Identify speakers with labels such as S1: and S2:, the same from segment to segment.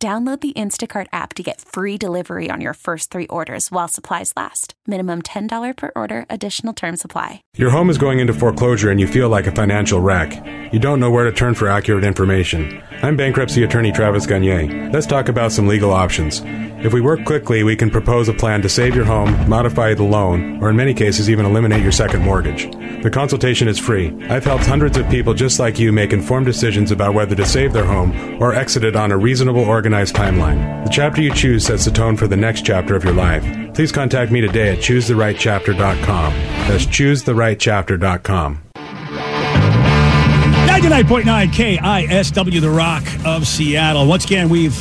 S1: Download the Instacart app to get free delivery on your first three orders while supplies last. Minimum $10 per order, additional term supply.
S2: Your home is going into foreclosure and you feel like a financial wreck. You don't know where to turn for accurate information. I'm bankruptcy attorney Travis Gagne. Let's talk about some legal options. If we work quickly, we can propose a plan to save your home, modify the loan, or in many cases, even eliminate your second mortgage. The consultation is free. I've helped hundreds of people just like you make informed decisions about whether to save their home or exit it on a reasonable, organized timeline. The chapter you choose sets the tone for the next chapter of your life. Please contact me today at choosetherightchapter.com. That's choosetherightchapter.com.
S3: 99.9 KISW, The Rock of Seattle. Once again, we've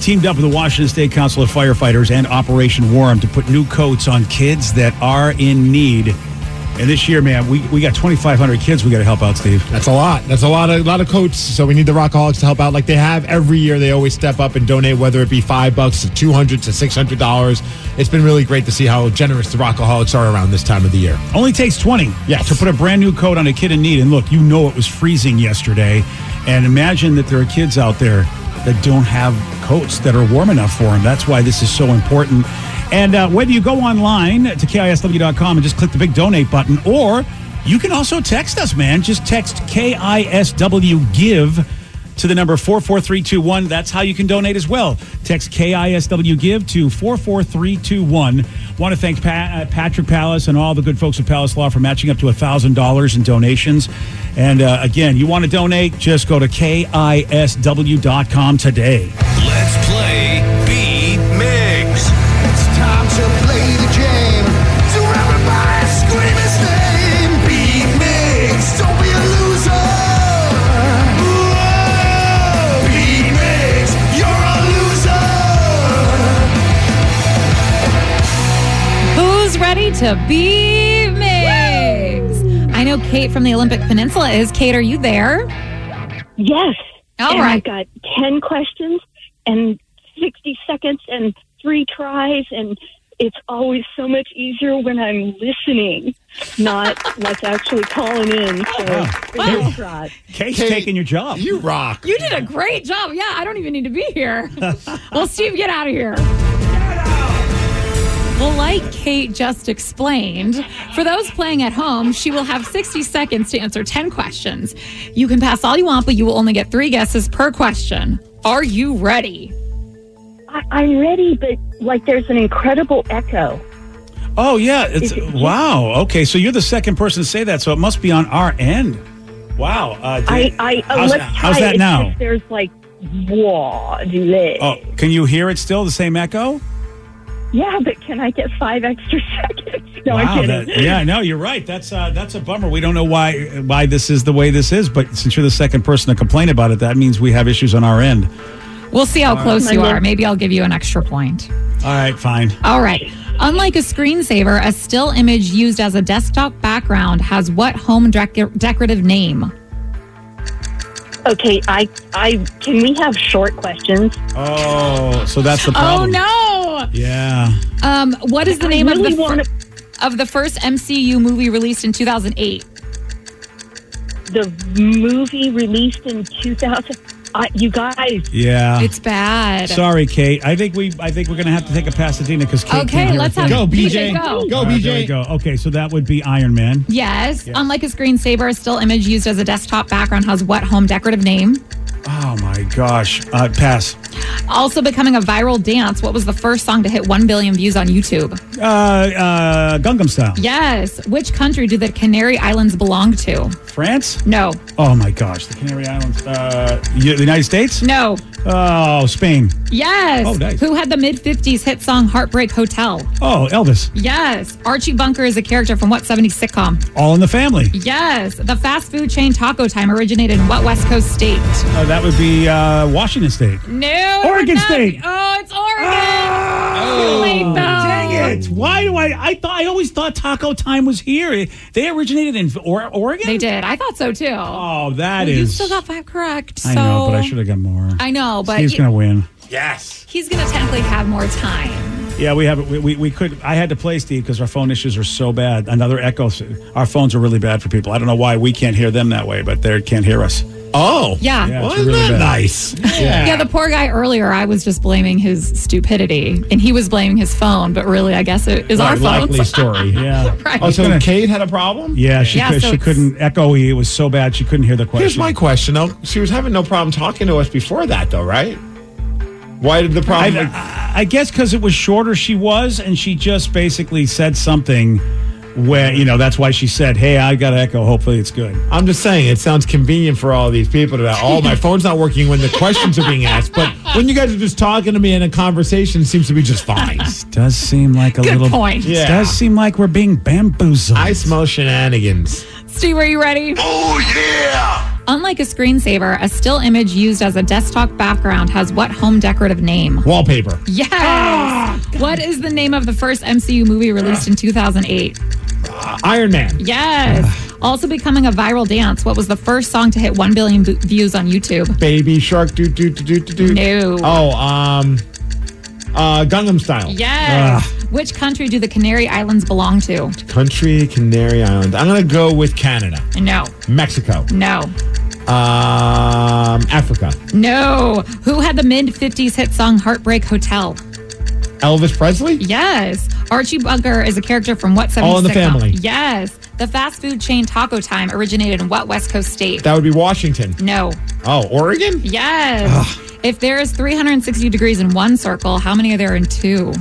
S3: teamed up with the Washington State Council of Firefighters and Operation Warm to put new coats on kids that are in need. And this year, man, we, we got 2,500 kids we got to help out, Steve.
S4: That's a lot. That's a lot of lot of coats. So we need the Rockaholics to help out, like they have every year. They always step up and donate, whether it be five bucks to two hundred to six hundred dollars. It's been really great to see how generous the Rockaholics are around this time of the year.
S3: Only takes 20
S4: Yes.
S3: to put a brand new coat on a kid in need. And look, you know it was freezing yesterday. And imagine that there are kids out there that don't have coats that are warm enough for them. That's why this is so important. And uh, whether you go online to KISW.com and just click the big donate button, or you can also text us, man. Just text KISW give to the number 44321. That's how you can donate as well. Text KISW Give to 44321. Want to thank pa- uh, Patrick Palace and all the good folks at Palace Law for matching up to $1,000 in donations. And uh, again, you want to donate, just go to KISW.com today.
S5: Let's play B Migs.
S6: It's time to play the game. So everybody scream his name. Be mixed. Don't be a loser. Whoa. Be mixed. You're a loser.
S7: Who's ready to be mixed? I know Kate from the Olympic Peninsula is. Kate, are you there?
S8: Yes.
S7: All
S8: and
S7: right.
S8: I got 10 questions and 60 seconds and three tries. And it's always so much easier when I'm listening, not like actually calling in. So
S3: Uh-huh.
S8: it's a lot.
S3: Kate's
S4: Kate,
S3: taking your job.
S4: You rock.
S7: You did a great job. Yeah, I don't even need to be here. well, Steve, get out of here. Well, like Kate just explained, for those playing at home, she will have 60 seconds to answer 10 questions. You can pass all you want, but you will only get three guesses per question. Are you ready?
S8: I, I'm ready, but like there's an incredible echo.
S3: Oh, yeah. It's, wow. Okay. So you're the second person to say that. So it must be on our end. Wow. Uh, did-
S8: I, I, uh,
S3: how's,
S8: let's try
S3: how's
S8: it.
S3: that
S8: It's
S3: now?
S8: just There's like, whoa, delay.
S3: Oh, can you hear it still? The same echo?
S8: Yeah, but can I get five extra seconds? No, I'm kidding.
S3: that- yeah, no, you're right. That's uh, that's a bummer. We don't know why why this is the way this is, but since you're the second person to complain about it, that means we have issues on our end.
S7: We'll see how close you
S8: Monday.
S7: are. Maybe I'll give you an extra point.
S3: All right, fine.
S7: All right. Unlike a screensaver, a still image used as a desktop background has what home dec- decorative name?
S8: Okay, I, I can we have short questions?
S3: Oh, so that's the problem.
S7: Oh
S3: Yeah.
S7: no! Um, what is the name
S8: I
S7: of the
S8: really
S7: fir-
S8: wanna-
S7: of the first MCU movie released in 2008?
S8: the movie released in 2000. I, you guys,
S3: Yeah.
S7: It's bad.
S3: Sorry, Kate. I think we I think we're gonna have to take a Pasadena because Kate
S7: Okay,
S3: can't hear
S7: let's
S3: a thing.
S7: have-
S4: Go,
S7: BJ,
S4: BJ.
S7: go.
S4: Go,
S3: All right, there we
S4: BJ.
S3: go. Okay, so that would be Iron Man.
S7: Yes. Unlike a screensaver, a still image used as a desktop background has what home decorative name?
S3: Oh my gosh. Uh, pass.
S7: Also becoming a viral dance. What was the first song to hit 1 billion views on YouTube?
S3: Uh, uh, Gangnam Style.
S7: Yes. Which country do the Canary Islands belong to?
S3: France?
S7: No.
S3: Oh my gosh. The Canary Islands. Uh, U- the United States?
S7: No.
S3: Oh, Spain.
S7: Yes.
S3: Oh, nice.
S7: Who had the mid 50s hit song Heartbreak Hotel?
S3: Oh, Elvis.
S7: Yes. Archie Bunker is a character from what 70s sitcom?
S3: All in the Family.
S7: Yes. The fast food chain Taco Time originated in what West Coast state?
S3: Uh, that would be uh, Washington State.
S7: No. it would
S3: Oregon
S7: not
S3: State. Ah!
S7: be- Oh, it's Oregon. Oh, Too late, though.
S3: Why do I? I thought I always thought Taco Time was here. They originated in or- Oregon.
S7: They did. I thought so too.
S3: Oh, that
S7: Well,
S3: is.
S7: You still got five correct. So
S3: I know, but I should have got more.
S7: I know, but
S3: Steve's
S7: you-
S3: gonna win.
S7: he's going to technically have more time.
S3: Yeah, we have. We, we, we could. I had to play Steve because our phone issues are so bad. Another echo. Our phones are really bad for people. I don't know why we can't hear them that way, but they can't hear us.
S4: Oh.
S7: Yeah.
S3: Yeah.
S7: Yeah.
S3: it's
S4: Wasn't
S3: really
S4: that
S3: bad.
S4: nice? Yeah.
S7: the poor guy earlier, I was just blaming his stupidity, and he was blaming his phone. But really, I guess it is our
S4: Right, likely
S7: phones.
S4: story.
S3: Yeah.
S7: Right.
S4: Oh, so
S3: Gonna-
S4: Kate had a problem?
S3: Yeah, she
S7: Yeah,
S3: could,
S7: so
S3: she
S7: it's-
S3: couldn't echo. It was so bad she couldn't hear the question.
S4: Here's my question though. She was having no problem talking to us before that though, right? Why did the problem like,
S3: I, I guess because it was shorter, she was, and she just basically said something where you know that's why she said, "Hey, I got echo. Hopefully, it's good."
S4: I'm just saying, it sounds convenient for all these people to be like, oh, my phone's not working when the questions are being asked. But when you guys are just talking to me in a conversation, it seems to be just fine.
S3: Does seem like a
S7: Good
S3: little
S7: point.
S3: It
S4: Yeah.
S3: Does seem like we're being bamboozled.
S4: I smell shenanigans.
S7: Steve, are you ready?
S6: Oh yeah!
S7: Unlike a screensaver, a still image used as a desktop background has what home decorative name?
S4: Wallpaper.
S7: Yes. what is the name of the first MCU movie released in 2008?
S4: Iron Man.
S7: Yes. also becoming a viral dance. What was the first song to hit 1 billion v- views on YouTube?
S4: Baby shark. Do, do, do, do, do, do.
S7: No.
S4: Oh, um, uh, Gangnam Style.
S7: Yes.
S4: Ah.
S7: Which country do the Canary Islands belong to?
S4: Country, Canary Islands. I'm going to go with Canada,
S7: No.
S4: Mexico,
S7: No.
S4: um, Africa.
S7: No. Who had the mid 50s hit song Heartbreak Hotel?
S4: Elvis Presley?
S7: Yes. Archie Bunker is a character from what 70s
S4: All in the
S7: sitcom?
S4: Family.
S7: Yes. The fast food chain Taco Time originated in what West Coast state?
S4: That would be Washington.
S7: no.
S4: Oh, Oregon?
S7: Yes. If there is 360 degrees in one circle, how many are there in two?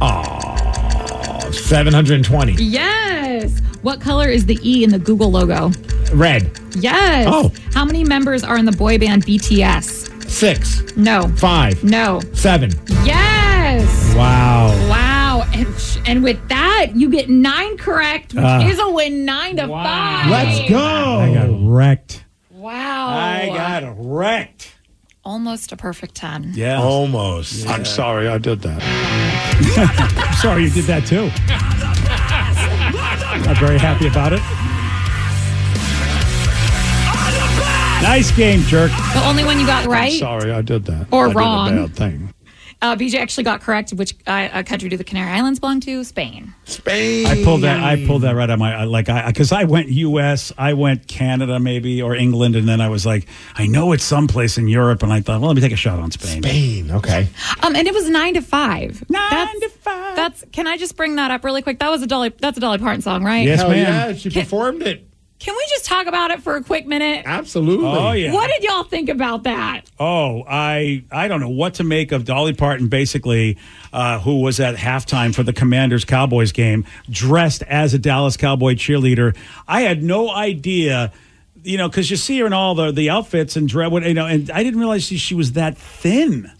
S4: Oh, 720.
S7: Yes. What color is the E in the Google logo?
S4: Red.
S7: Yes.
S4: Oh.
S7: How many members are in the boy band BTS?
S4: Six.
S7: No.
S4: Five.
S7: No.
S4: Seven.
S7: Yes.
S4: Wow.
S7: Wow. And, and with that, you get nine correct, which
S3: Ah.
S7: is a win nine to five.
S4: Let's
S3: I got
S4: go.
S3: wrecked.
S7: Oh, Wow.
S3: got wrecked.
S7: Almost a perfect 10.
S3: Yeah.
S4: Almost.
S6: I'm sorry I did that.
S3: Sorry you did that too. I'm very happy about it. Nice game, jerk.
S7: The only one you got right,
S6: Sorry I did that.
S7: Or
S6: I did a
S7: wrong.
S6: bad thing.
S7: uh, BJ actually got correct, which uh, uh, country do the Canary Islands belong to? Spain.
S6: Spain.
S3: I pulled that. I pulled that right out of my like. I because I went U.S. I went Canada maybe or England, and then I was like, I know it's someplace in Europe, and I thought, well, let me take a shot on Spain.
S4: Spain. Okay.
S7: Um, and it was nine to five.
S3: Nine
S7: that's,
S3: to five.
S7: That's. Can I just bring that up really quick? That was a Dolly. That's a Dolly Parton song, right?
S3: Yes,
S4: Hell
S3: ma'am.
S4: yeah. She performed it.
S7: Can we just talk about it for a quick minute?
S4: Absolutely.
S3: Oh yeah.
S7: What did y'all think about that?
S3: Oh, I I don't know what to make of Dolly Parton, basically, uh, who was at halftime for the Commanders Cowboys game, dressed as a Dallas Cowboy cheerleader. I had no idea, you know, because you see her in all the the outfits and dre- what- you know, and I didn't realize she, she was that thin.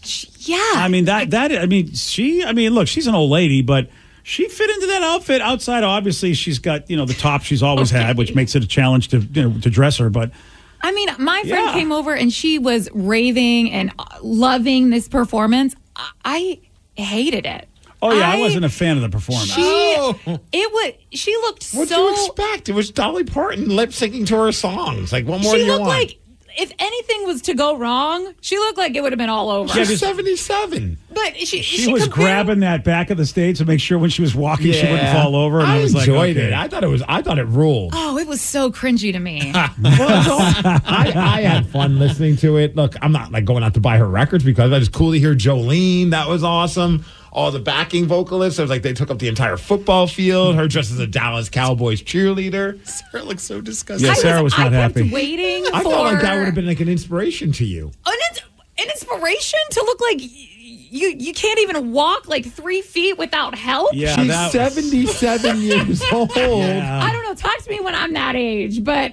S7: Yeah.
S3: I mean that that I mean she I mean look she's an old lady but she fit into that outfit outside obviously she's got you know the top she's always had which makes it a challenge to you know, to dress her but
S7: I mean, my friend
S3: Yeah.
S7: came over and she was raving and uh, loving this performance. I, I hated it.
S3: oh yeah I,
S7: I-
S3: wasn't a fan of Oh. the performance
S7: She, it was. She looked
S4: What do
S7: so.
S4: you expect? It was Dolly Parton lip syncing to her songs. Like, what more
S7: she
S4: do you
S7: looked
S4: want?
S7: like if anything was to go wrong, she looked like it would have been all over.
S4: She's 77.
S7: but she, she,
S3: she, was
S7: compared-
S3: grabbing that back of the stage to make sure when she was walking she wouldn't fall over and I,
S4: I,
S3: was
S4: enjoyed
S3: like okay.
S4: it. I thought it was. I thought it ruled.
S7: Oh, it was so cringy to me.
S4: I, I had fun listening to it. Look, I'm not like going out to buy her records because I was cool to hear Jolene. That was awesome. all the backing vocalists. It was like they took up the entire football field. Her dressed as a Dallas Cowboys cheerleader.
S9: Sarah looks so disgusted.
S3: Yeah, Sarah was not
S7: I
S3: happy.
S7: Kept waiting
S4: I
S7: for
S4: felt like that would have been like an inspiration to you.
S7: an, an inspiration to look like y- you you can't even walk like three feet without help.
S3: Yeah,
S4: She's
S3: that was-
S4: 77 years old.
S3: Yeah.
S7: I don't know. Talk to me when I'm that age, but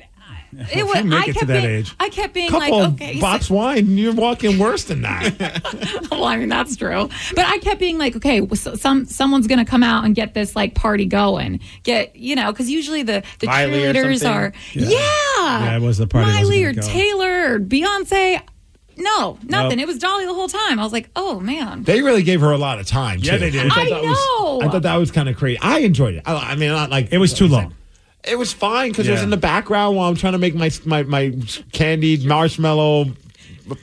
S7: it was.
S3: you make
S7: I
S3: it to
S7: kept
S3: that
S7: being,
S3: age.
S7: I kept being
S4: Couple
S7: like, okay, so-
S4: box wine, you're walking worse than that.
S7: well, I mean that's true. But I kept being like, okay, well, so, some someone's gonna come out and get this like party going. Get you know, because usually the the
S9: Miley or
S7: cheerleaders
S9: something?
S7: are yeah. yeah.
S3: Yeah, it was the party that was
S7: Miley or
S3: gonna go.
S7: Taylor or Beyonce. No, nothing. It was Dolly the whole time. I was like, oh man.
S4: they really gave her a lot of time.
S3: Yeah,
S4: too.
S3: they did.
S4: I, thought
S7: I
S4: that was-
S7: know.
S4: I thought that was kind of crazy. I enjoyed it. I, I mean, not like
S3: It was too long.
S4: It was fine because it was
S3: Yeah.
S4: in the background while I'm trying to make my my my candied marshmallow.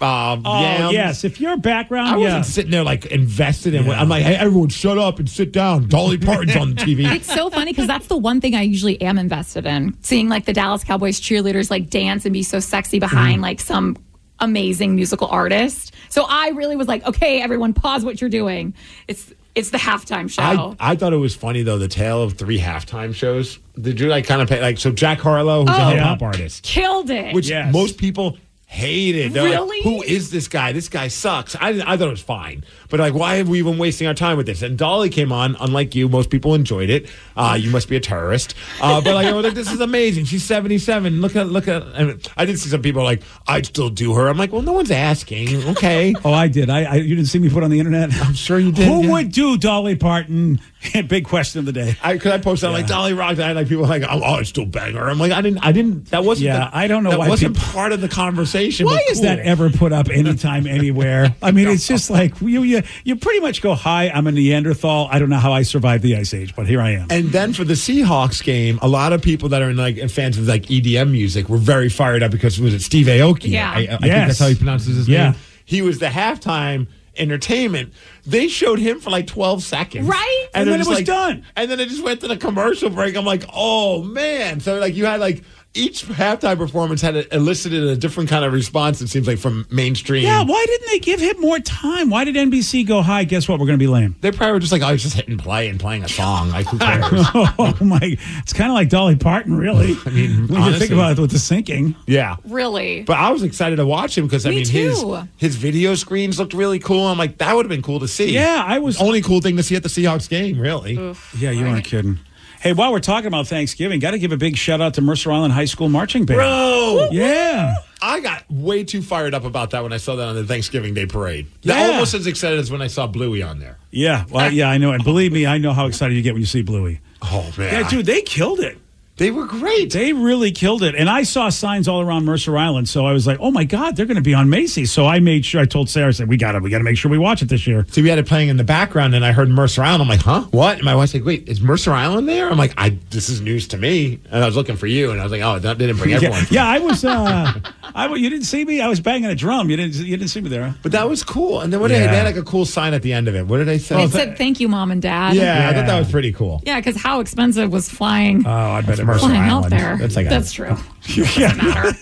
S4: Uh,
S3: Oh,
S4: yams.
S3: yes. If your background,
S4: I wasn't
S3: yeah.
S4: sitting there like invested in. what I'm like, hey, everyone, shut up and sit down. Dolly Parton's on the TV.
S7: It's so funny because that's the one thing I usually am invested in. Seeing like the Dallas Cowboys cheerleaders like dance and be so sexy behind
S4: Mm.
S7: like some amazing musical artist. So I really was like, okay, everyone, pause what you're doing. It's it's the halftime show.
S4: I, I thought it was funny though the tale of three halftime shows. Did you like kind of pay like so Jack Harlow, who's a hip hop artist,
S7: Killed it.
S4: which
S3: Yes.
S4: most people hated. They're like,
S7: Really?
S4: Who is this guy? This guy sucks. I, I thought it was fine. But like, why have we been wasting our time with this? And Dolly came on. Unlike you, most people enjoyed it. Uh, you must be a terrorist. Uh, but like, I was like, this is amazing. She's 77. Look at, look at. I, mean, I did see some people like, I'd still do her. I'm like, well, no one's asking. Okay.
S3: Oh, I did. I, I you didn't see me put on the internet. I'm
S4: sure you did,
S3: Who
S4: yeah.
S3: would do Dolly Parton? Big question of the day.
S4: I could I posted like Dolly Rock and I had, like people like oh, oh it's still banger. I'm like I didn't I didn't that wasn't
S3: Yeah,
S4: the-
S3: I don't know
S4: that
S3: why
S4: wasn't
S3: people-
S4: part of the conversation.
S3: Why
S4: but
S3: is that
S4: cool.
S3: ever put up anytime, anywhere? I mean, it's just like you, you, you pretty much go, "Hi, I'm a Neanderthal. I don't know how I survived the ice age, but here I am."
S4: And then for the Seahawks game, a lot of people that are in like and fans of like EDM music were very fired up because was it Steve Aoki?
S7: Yeah.
S4: I, I think
S3: Yes.
S4: that's how he pronounces his
S3: Yeah.
S4: name. He was the halftime entertainment. They showed him for like twelve seconds,
S7: Right?
S3: And
S4: they're
S3: then it
S4: just
S3: was
S4: like-
S3: done.
S4: And then it just went to the commercial break. I'm like, oh man! So like you had like. Each halftime performance had elicited a different kind of response. It seems like from mainstream.
S3: yeah, why didn't they give him more time? Why did NBC go, "Hi, guess what? We're going to be lame."
S4: they probably were just like, "Oh, he's just hitting play and playing a song." Like, who cares?
S3: Oh my! It's kind of like Dolly Parton, really. I mean, when you think
S4: honestly.
S3: about it with the sinking.
S4: yeah,
S7: really.
S4: But I was excited to watch him because I
S7: Me
S4: mean
S7: too.
S4: his his video screens looked really cool. I'm like, that would have been cool to see.
S3: Yeah, I was-
S4: The only cool thing to see at the Seahawks game, really.
S3: Yeah, you aren't kidding. Hey, while we're talking about Thanksgiving, got to give a big shout out to Mercer Island High School marching band.
S4: Bro,
S3: Yeah.
S4: I got way too fired up about that when I saw that on the Thanksgiving Day parade.
S3: Yeah.
S4: That almost as excited as when I saw Bluey on there.
S3: Yeah, well, yeah, I know, and believe me, I know how excited you get when you see Bluey.
S4: Oh man,
S3: Yeah, dude, they killed it.
S4: they were great.
S3: They really killed it, and I saw signs all around Mercer Island, so I was like, "Oh my God, they're going to be on Macy's." So I made sure I told Sarah, I said, "We got to, we got to make sure we watch it this year."
S4: So we had it playing in the background, and I heard Mercer Island. I'm like, huh? What? And my wife's like, wait, is Mercer Island there? I'm like, I this is news to me. And I was looking for you, and I was like, oh, that didn't bring everyone.
S3: Yeah, yeah, I was. Uh, I wa- you didn't see me. I was banging a drum. You didn't. You didn't see me there.
S4: But that was cool. And then what did they,
S3: Yeah.
S4: they had like a cool sign at the end of it. What did they say? Oh,
S7: it said thank you, mom and dad.
S4: Yeah, I
S3: Yeah.
S4: thought that was pretty cool.
S7: Yeah, because how expensive was flying
S3: I bet
S4: Oh, it Mercer
S7: flying
S4: Uh, Island.
S7: out there?
S4: That's like a-
S7: true.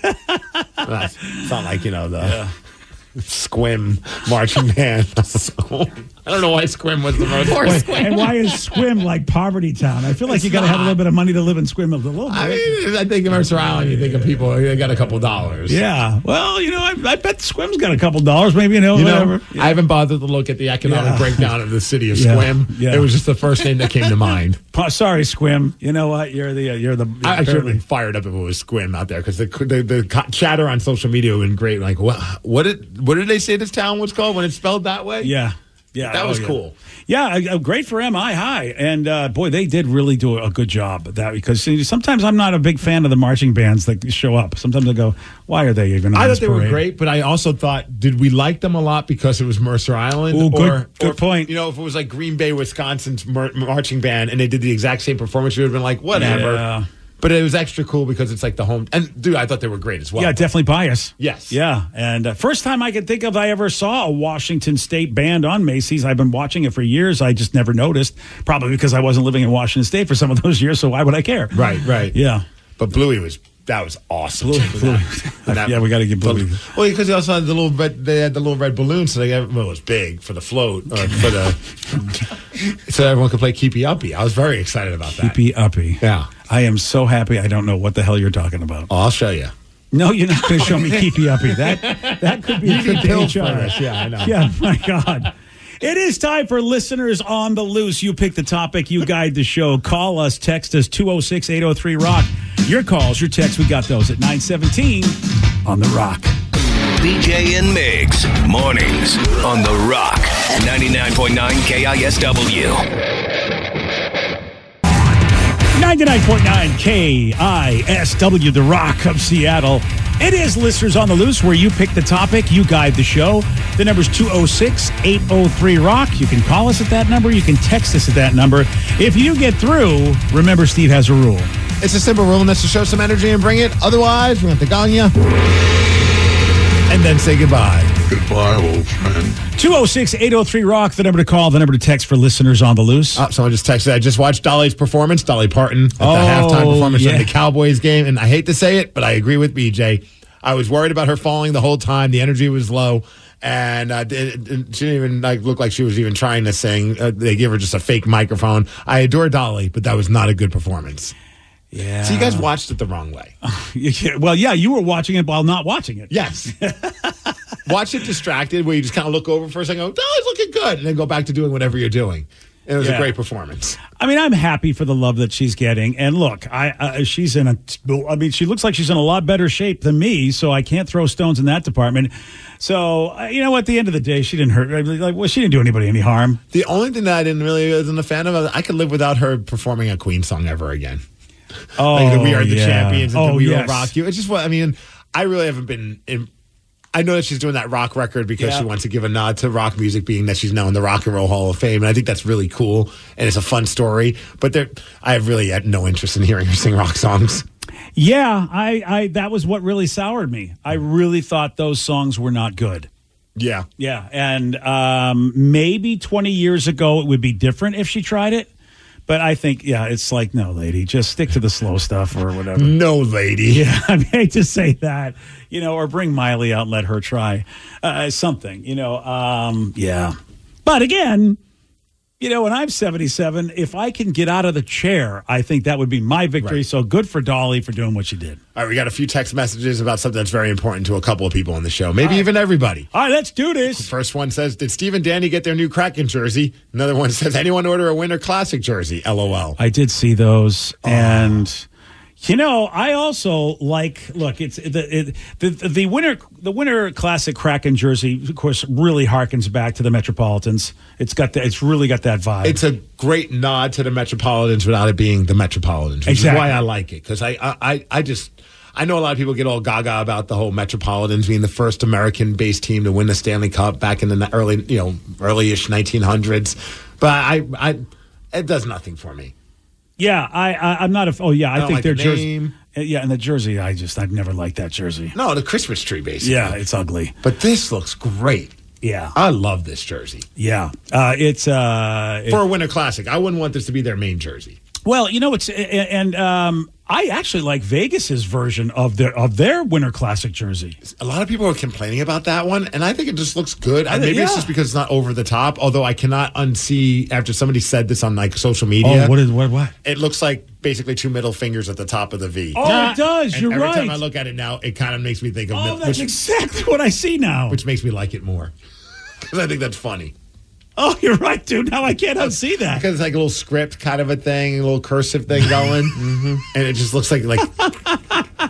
S4: That's- it's not like you know the Squim marching band. I don't know why Squim was the most.
S7: Poor
S3: Wait,
S7: squid.
S3: and why is Squim like poverty town? I feel like you got to have a little bit of money to live in Squim a little bit.
S4: I mean, I think of Mercer Island. You think of people. They got a couple dollars.
S3: yeah. Well, you know, I, I bet Squim's got a couple dollars, maybe you know,
S4: You know,
S3: whatever.
S4: I haven't bothered to look at the economic
S3: Yeah.
S4: breakdown of the city of
S3: Yeah.
S4: Squim.
S3: Yeah.
S4: It was just the first name that came to mind.
S3: Pa- sorry, Squim. You know what? You're the uh, you're the.
S4: I, I should have
S3: apparently-
S4: been fired up if it was Squim out there because the, the the co- chatter on social media would been great. Like, what what did what did they say this town was called when it's spelled that way?
S3: Yeah. Yeah, oh,
S4: That was
S3: yeah.
S4: cool.
S3: Yeah, uh, uh, great for MI High, and uh, boy, they did really do a good job at that because see, sometimes I'm not a big fan of the marching bands that show up. Sometimes I go, "Why are they even?" On
S4: I
S3: this
S4: thought they were
S3: parade?"
S4: great, but I also thought, did we like them a lot because it was Mercer Island?
S3: Ooh, good- good point.
S4: You know, if it was like Green Bay, Wisconsin's mar- marching band, and they did the exact same performance, we would have been like, whatever.
S3: Yeah.
S4: But it was extra cool because it's like the home. And dude, I thought they were great as well.
S3: Yeah, definitely bias.
S4: Yes.
S3: Yeah, and uh, first time I could think of I ever saw a Washington State band on Macy's. I've been watching it for years. I just never noticed, probably because I wasn't living in Washington State for some of those years. So why would I care?
S4: Right, right.
S3: Yeah.
S4: But Bluey was that was awesome.
S3: Blue-
S4: Check that out. And that-
S3: Yeah, we gotta get Bluey.
S4: The- Well, because they also had the little red. They had the little red balloons, so they got, well, it was big for the float or for the. so everyone could play keepy uppy. I was very excited about that.
S3: Uppy uppy.
S4: Yeah.
S3: I am so happy I don't know what the hell you're talking about.
S4: Oh, I'll show you.
S3: No, you're not going to show me keepy uppy. That that could be a good day
S4: Bill
S3: job.
S4: Furnace, Yeah, I know.
S3: Yeah, my God. It is time for listeners on the loose. You pick the topic, you guide the show. Call us, text us 206 803 Rock. Your calls, your texts, we got those at 917 on The Rock.
S5: BJ and Migs. Mornings on The Rock. 99.9 KISW.
S3: 99.9 KISW, The Rock of Seattle. It is Listeners on the Loose, where you pick the topic, you guide the show. The number's 206 803 Rock. You can call us at that number, you can text us at that number. If you get through, remember Steve has a rule.
S4: It's a simple rule, and that's to show some energy and bring it. Otherwise, we're going to have to gong you and then say goodbye.
S9: Goodbye, old friend.
S3: 206 803 Rock, the number to call, the number to text for listeners on the loose.
S4: Oh, someone just texted. I just watched Dolly's performance, Dolly Parton, at
S3: Oh,
S4: the halftime performance
S3: yeah.
S4: of the Cowboys game. And I hate to say it, but I agree with BJ. I was worried about her falling the whole time. The energy was low, and uh, it, it- it- she didn't even like look like she was even trying to sing. Uh, they gave her just a fake microphone. I adore Dolly, but that was not a good performance.
S3: yeah.
S4: So you guys watched it the wrong way.
S3: well, yeah, you were watching it while not watching it.
S4: Yes. Watch it distracted, where you just kind of look over for a second, go, Dolly's looking good, and then go back to doing whatever you're doing. And it was
S3: Yeah.
S4: a great performance.
S3: I mean, I'm happy for the love that she's getting. And look, I uh, she's in a. I mean, she looks like she's in a lot better shape than me, so I can't throw stones in that department. So uh, you know, at the end of the day, she didn't hurt. I mean, Like, well, she didn't do anybody any harm.
S4: The only thing that I didn't really wasn't a fan of, uh, I could live without her performing a Queen song ever again.
S3: Oh,
S4: like the We Are the
S3: yeah.
S4: Champions and the
S3: Oh,
S4: We
S3: yes.
S4: Will Rock You. It's just what I mean. I really haven't been. In, I know that she's doing that rock record because
S3: Yeah.
S4: she wants to give a nod to rock music, being that she's now in the Rock and Roll Hall of Fame, and I think that's really cool and it's a fun story. But there, I have really had no interest in hearing her sing rock songs.
S3: Yeah, I, I. That was what really soured me. I really thought those songs were not good.
S4: Yeah,
S3: Yeah, and um, maybe 20 years ago it would be different if she tried it. But I think, yeah, it's like, no, lady, just stick to the slow stuff or whatever.
S4: no, lady.
S3: Yeah, I mean, I hate to say that, you know, or bring Miley out and let her try uh, something, you know. Um, yeah. But again, you know, when I'm 77, if I can get out of the chair, I think that would be my victory.
S4: Right.
S3: So good for Dolly for doing what she did.
S4: All right, we got a few text messages about something that's very important to a couple of people on the show, maybe even everybody.
S3: All right, let's do this.
S4: First one says, "Did Steve and Danny get their new Kraken jersey?" Another one says, "Anyone order a Winter Classic jersey?" LOL.
S3: I did see those, and you know, I also like. Look, it's the it, the the winter the winter classic Kraken jersey. Of course, really harkens back to the Metropolitans. It's got the, it's really got that vibe.
S4: it's a great nod to the Metropolitans without it being the Metropolitans, which
S3: Exactly.
S4: is why I like it because I, I, I- I just I know a lot of people get all gaga about the whole Metropolitans being the first American-based team to win the Stanley Cup back in the ni- early you know early-ish 1900s, but I I it does nothing for me.
S3: yeah, I, I I'm not a oh yeah, I,
S4: don't
S3: think
S4: like
S3: their
S4: the
S3: jersey.
S4: name.
S3: Uh, Yeah, and the jersey, I just I've never liked that jersey.
S4: No, the Christmas tree basically.
S3: Yeah, it's ugly.
S4: but this looks great.
S3: Yeah,
S4: I love this jersey
S3: yeah. Uh, it's uh, it-
S4: for a Winter Classic. I wouldn't want this to be their main jersey.
S3: well, you know, it's a- a- and um, I actually like Vegas's version of their of their winter classic jersey.
S4: A lot of people are complaining about that one, and I think it just looks good. I- Maybe it's
S3: yeah.
S4: just because it's not over the top. Although I cannot unsee after somebody said this on like social media.
S3: Oh, what is what what?
S4: it looks like basically two middle fingers at the top of the V.
S3: Oh, it does.
S4: And
S3: You're
S4: every
S3: right.
S4: time I look at it now, it kind of makes me think of
S3: oh,
S4: middle,
S3: that's
S4: which,
S3: exactly what I see now.
S4: which makes me like it more because I think that's funny.
S3: oh, you're right, dude. Now I can't unsee that.
S4: Because it's like a little script kind of a thing, a little cursive thing going, mm-hmm. and it just looks like like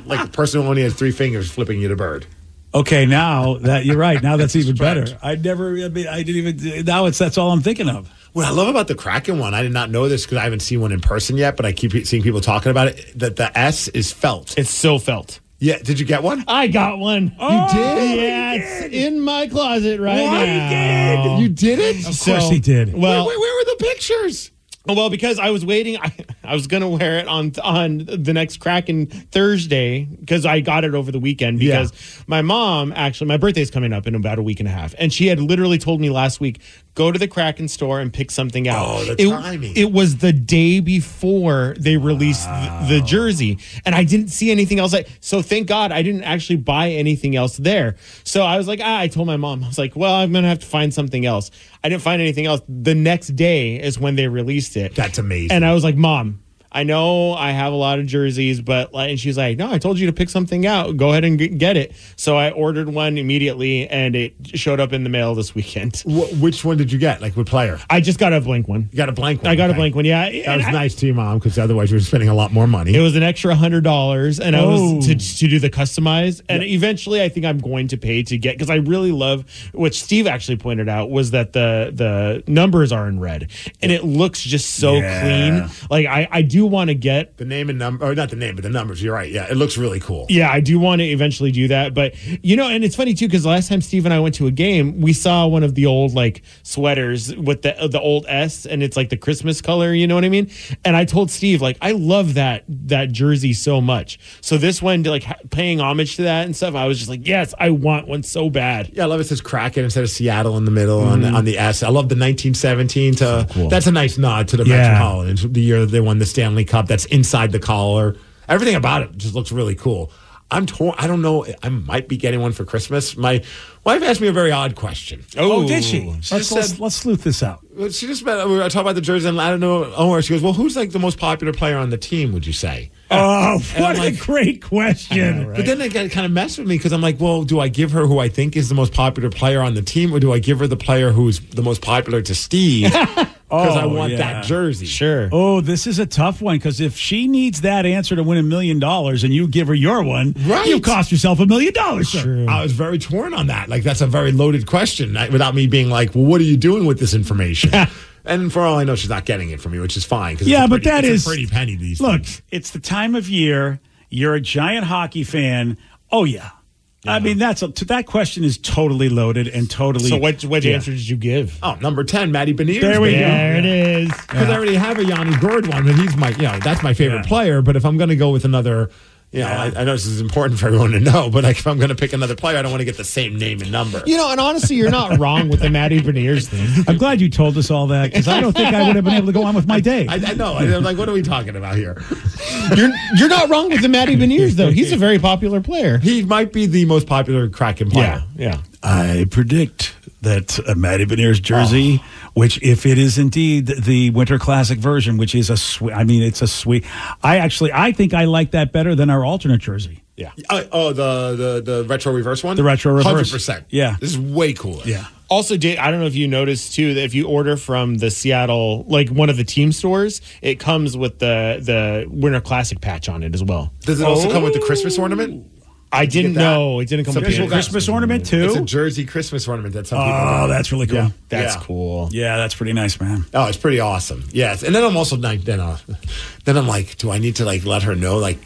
S4: like a person who only has three fingers flipping you the bird.
S3: Okay, now that you're right. Now that's even
S4: Correct.
S3: better. I never. I, mean, I didn't even. Now it's that's all I'm thinking of.
S4: What I love about the Kraken one, I did not know this because I haven't seen one in person yet, but I keep seeing people talking about it. That the S is felt.
S10: It's so felt.
S4: yeah, did you get one?
S10: I got one.
S3: Oh,
S4: did?
S10: Yeah, it's in my closet right
S3: What?
S10: now.
S3: You
S4: did it?
S3: Of course he did.
S10: Well,
S4: where, where, where were the pictures?
S10: well, because Oh, I was waiting. I, I was gonna wear it on on the next Kraken Thursday because I got it over the weekend because my mom actually my birthday's coming up in about a week and a half, and she had literally told me last week go to the Kraken store and pick something out.
S4: Oh, the
S10: it,
S4: timing.
S10: It was the day before they released th- the, jersey, and I didn't see anything else. I, so thank God I didn't actually buy anything else there. So I was like, ah, I told my mom, I was like, well, I'm gonna have to find something else. I didn't find anything else. The next day is when they released it.
S4: That's amazing.
S10: And I was like, Mom, I know I have a lot of jerseys, but like, and she's like, No, I told you to pick something out. Go ahead and g- get it. So I ordered one immediately, and it showed up in the mail this weekend.
S4: Wh- which one did you get? Like with player?
S10: I just got a blank one.
S4: You got a blank one.
S10: I got a
S4: okay.
S10: blank one. Yeah,
S4: That
S10: and
S4: was
S10: I-
S4: nice to your mom because otherwise you were spending a lot more money.
S10: It was an extra hundred dollars, and I was
S4: Oh.
S10: to, to do the customize. And eventually, I think I'm going to pay to get because I really love what Steve actually pointed out was that the the numbers are in red, and it looks just so
S4: Yeah.
S10: clean. Like I I do want to get
S4: the name and number, or not the name, but the numbers. You're right. Yeah, it looks really cool.
S10: Yeah, I do want to eventually do that. But, you know, and it's funny too, because last time Steve and I went to a game, we saw one of the old like sweaters with the the old S and it's like the Christmas color, you know what I mean? And I told Steve, like, I love that that jersey so much. So this one, like ha- paying homage to that and stuff, I was just like, yes, I want one so bad.
S4: Yeah, I love it. Says Kraken instead of Seattle in the middle on
S3: Mm.
S4: the, on the S. I love the 1917 to. That's a nice nod to the
S3: Yeah.
S4: Metropolitans. The year they won the Stanley Cup. That's inside the collar. Everything about it just looks really cool. I'm torn. I don't know. I might be getting one for Christmas. My wife asked me a very odd question.
S3: Oh, did she?
S4: She
S3: Let's,
S4: just
S3: let's,
S4: said, Oh,
S3: let's sleuth this out.
S4: she just met, we were talking about the jersey, and I don't know. Oh, she goes, well, who's like the most popular player on the team? Would you say?
S3: Oh,
S4: And
S3: what
S4: I'm like-
S3: a great question.
S4: But then it kind of messed with me because I'm like, well, do I give her who I think is the most popular player on the team, or do I give her the player who's the most popular to Steve? Because I
S3: Oh,
S4: want
S3: yeah.
S4: that jersey.
S10: Sure.
S3: Oh, this is a tough one because if she needs that answer to win a million dollars and you give her your one,
S4: Right.
S3: you cost yourself a million dollars. sir.
S4: I was very torn on that. Like, that's a very loaded question I- without me being like, well, what are you doing with this information? and for all I know, she's not getting it from me, which is fine. 'cause it's
S3: Yeah,
S4: a
S3: but
S4: pretty,
S3: that
S4: it's
S3: is
S4: a pretty penny these
S3: Look,
S4: days.
S3: it's the time of year. You're a giant hockey fan. Oh yeah. I mean, that's a, that question is totally loaded and totally.
S10: So what what
S3: Yeah.
S10: answer did you give?
S4: Oh, number 10, Maddie Beniers.
S3: There we
S4: baby.
S3: go.
S10: There it is.
S4: because I already have a Yanni Gord one, and he's my, you know, that's my favorite
S3: Yeah.
S4: player. But if I'm going to go with another, you know, I, I know this is important for everyone to know, but like, if I'm going to pick another player, I don't want to get the same name and number.
S10: You know, and honestly, you're not wrong with the Maddie Beniers thing.
S3: I'm glad you told us all that because I don't think I would have been able to go on with my day.
S4: I, I know. I, am like, what are we talking about here?
S10: You're you're not wrong with the Maddie Beniers though. He's a very popular player.
S4: He might be the most popular Kraken player.
S10: yeah.
S3: I predict that a Matty Beniers jersey, which if it is indeed the Winter Classic version, which is a sweet, I mean, it's a sweet. I actually, I think I like that better than our alternate jersey.
S4: Yeah. Uh, oh, the, the the retro reverse one.
S3: The retro reverse.
S4: Hundred percent.
S3: Yeah.
S4: This is way cooler.
S10: Also, did I don't know if you noticed too that if you order from the Seattle, like one of the team stores, it comes with the the Winter Classic patch on it as well.
S4: Does it also come with
S3: Oh.
S4: the Christmas ornament?
S10: I didn't
S4: that?
S10: know it didn't come
S4: Some
S10: with the
S4: people got-
S10: Christmas.
S3: Christmas ornament
S4: It's a
S3: too.
S4: jersey Christmas ornament that some people.
S3: Oh,
S4: got.
S3: that's really cool.
S4: Yeah.
S10: That's
S4: Yeah.
S10: cool.
S3: Yeah, that's pretty nice, man.
S4: Oh, it's pretty awesome. Yes, and then I'm also like, then, uh, then I'm like, do I need to like let her know like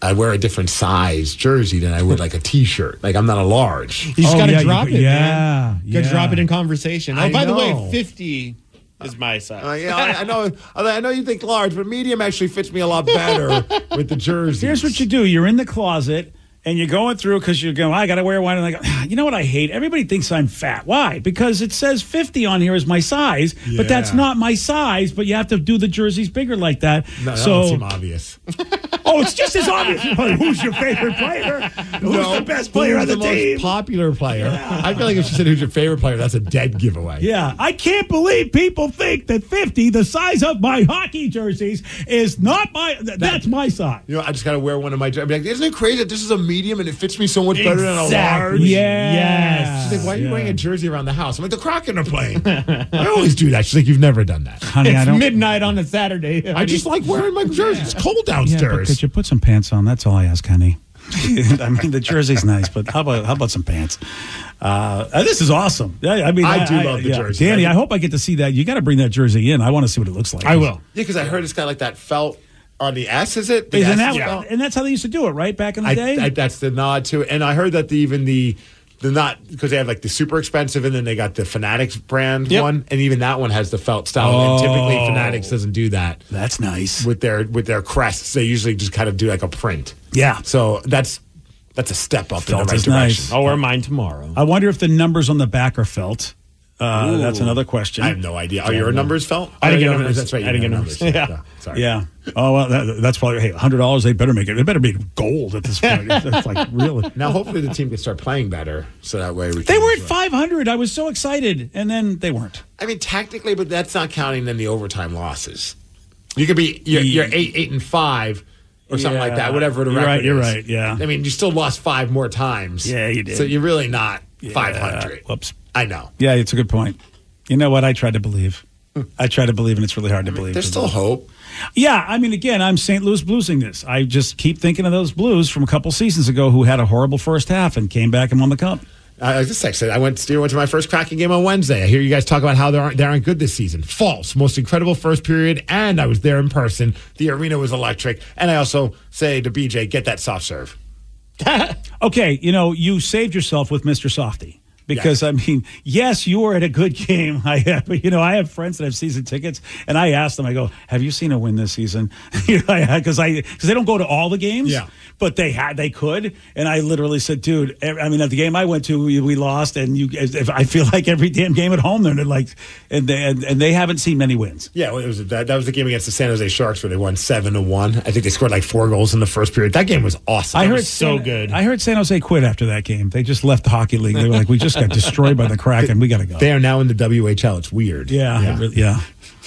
S4: I wear a different size jersey than I would like a T-shirt? Like I'm not a large.
S10: You just
S3: Oh,
S10: gotta
S3: yeah, you
S10: drop
S3: could-
S10: it.
S3: yeah,
S10: man. You gotta
S3: yeah.
S10: drop it in conversation. Oh,
S4: I
S10: by the way,
S4: know.
S10: fifty is my size.
S4: Uh, yeah, I, I know. I know you think large, but medium actually fits me a lot better with the jersey.
S3: Here's what you do: you're in the closet and you're going through because you're going. I got to wear one, and I go. "Ah, You know what I hate? Everybody thinks I'm fat. Why? Because it says 50 on here is my size, but that's
S4: Yeah.
S3: not my size. But you have to do the jerseys bigger like that.
S4: No, that
S3: so
S4: don't seem obvious.
S3: oh, it's just as obvious. Who's your favorite player? Who's the best player
S4: who's
S3: on the,
S4: most
S3: team?
S4: popular player. I feel like if she said who's your favorite player, that's a dead giveaway.
S3: Yeah, I can't believe people think that 50, the size of my hockey jerseys, is not my. th- that's my size.
S4: You know, I just got to wear one of my. jer- I'd be like, Isn't it crazy that this is a medium and it fits me so much better than a large?
S3: Yeah.
S10: Yes.
S4: She's like, why are you wearing a jersey around the house? I'm like, the Kraken are playing. I always do that. She's like, you've never done that.
S3: Honey, I
S10: It's
S3: don't.
S10: midnight on a Saturday.
S4: I just like wearing my jersey. It's cold
S3: Yeah, but
S4: downstairs.
S3: could you put some pants on? That's all I ask, honey. I mean, the jersey's nice, but how about how about some pants? Uh, uh, this is awesome. Yeah, I mean,
S4: I do love the jerseys.
S3: Danny.
S4: I
S3: I
S4: do.
S3: hope I get to see that. You got to bring that jersey in. I want to see what it looks like.
S10: I will.
S4: yeah, because I heard it's got like that felt on the S, is it? The
S3: Isn't
S4: S
S3: that
S4: felt?
S3: and that's how they used to do it, right? Back in the
S4: I,
S3: day.
S4: I, that's the nod to it. And I heard that the, even the They're not because they have like the super expensive, and then they got the Fanatics brand one, and even that one has the felt style. And typically,
S3: Oh.
S4: Fanatics doesn't do that.
S3: That's nice
S4: with their with their crests. They usually just kind of do like a print.
S3: Yeah.
S4: So that's that's a step up in
S3: Felt
S4: the right
S3: is
S4: direction.
S3: nice.
S10: I'll wear mine tomorrow.
S3: I wonder if the numbers on the back are felt. Uh,
S4: Ooh.
S3: that's another question.
S4: I have no idea. Are your numbers felt?
S3: I didn't
S4: Are
S3: get
S4: your
S3: numbers.
S4: That's right.
S3: I
S4: you
S3: didn't
S4: have
S3: get numbers.
S4: Yeah. Sorry.
S3: Yeah. Oh well, that, that's why. Hey, hundred dollars. They better make it. They better be gold at this point. It's, it's like really.
S4: Now, hopefully, the team can start playing better, so that way we.
S3: They
S4: can
S3: were at
S4: enjoy.
S3: five hundred. I was so excited, and then they weren't.
S4: I mean, technically, but that's not counting then the overtime losses. You could be you're, you're eight, eight, and five, or something like
S3: Yeah.
S4: that. Whatever the
S3: You're
S4: record
S3: right, you're
S4: is.
S3: right, yeah.
S4: I mean, you still lost five more times.
S3: Yeah, you did.
S4: So you're really not five hundred.
S3: Uh, Whoops.
S4: I know.
S3: Yeah, it's a good point. You know what? I tried to believe. I tried to believe, and it's really hard to believe.
S4: Hmm. There's still hope.
S3: Yeah, I mean, again, I'm St. Louis bluesing this. I just keep thinking of those blues from a couple seasons ago who had a horrible first half and came back and won the cup.
S4: I I just texted. I went. Steer went to my first Kraken game on Wednesday. I hear you guys talk about how they aren't they aren't good this season. False. Most incredible first period, and I was there in person. The arena was electric, and I also say to BJ, get that soft serve.
S3: Okay, you know, you saved yourself with Mr. Softy. Because I mean, yes, you were at a good game. I have, you know, I have friends that have season tickets, and I ask them, I go, "Have you seen a win this season?" Because I because they don't go to all the games,
S4: Yeah.
S3: But they had, they could, and I literally said, "Dude, ev- I mean, at the game I went to, we, we lost, and you, if I feel like every damn game at home, they're like, and they and, and they haven't seen many wins.
S4: Yeah, well, it was that, that was the game against the San Jose Sharks where they won seven to one. I think they scored like four goals in the first period. That game was awesome.
S3: I
S4: That
S3: heard
S4: was so
S3: San-
S4: good.
S3: I heard San Jose quit after that game. They just left the hockey league. They were like, "We just got destroyed by the Kraken. We got to go."
S4: They are now in the WHL. It's weird.
S3: Yeah, it really- yeah.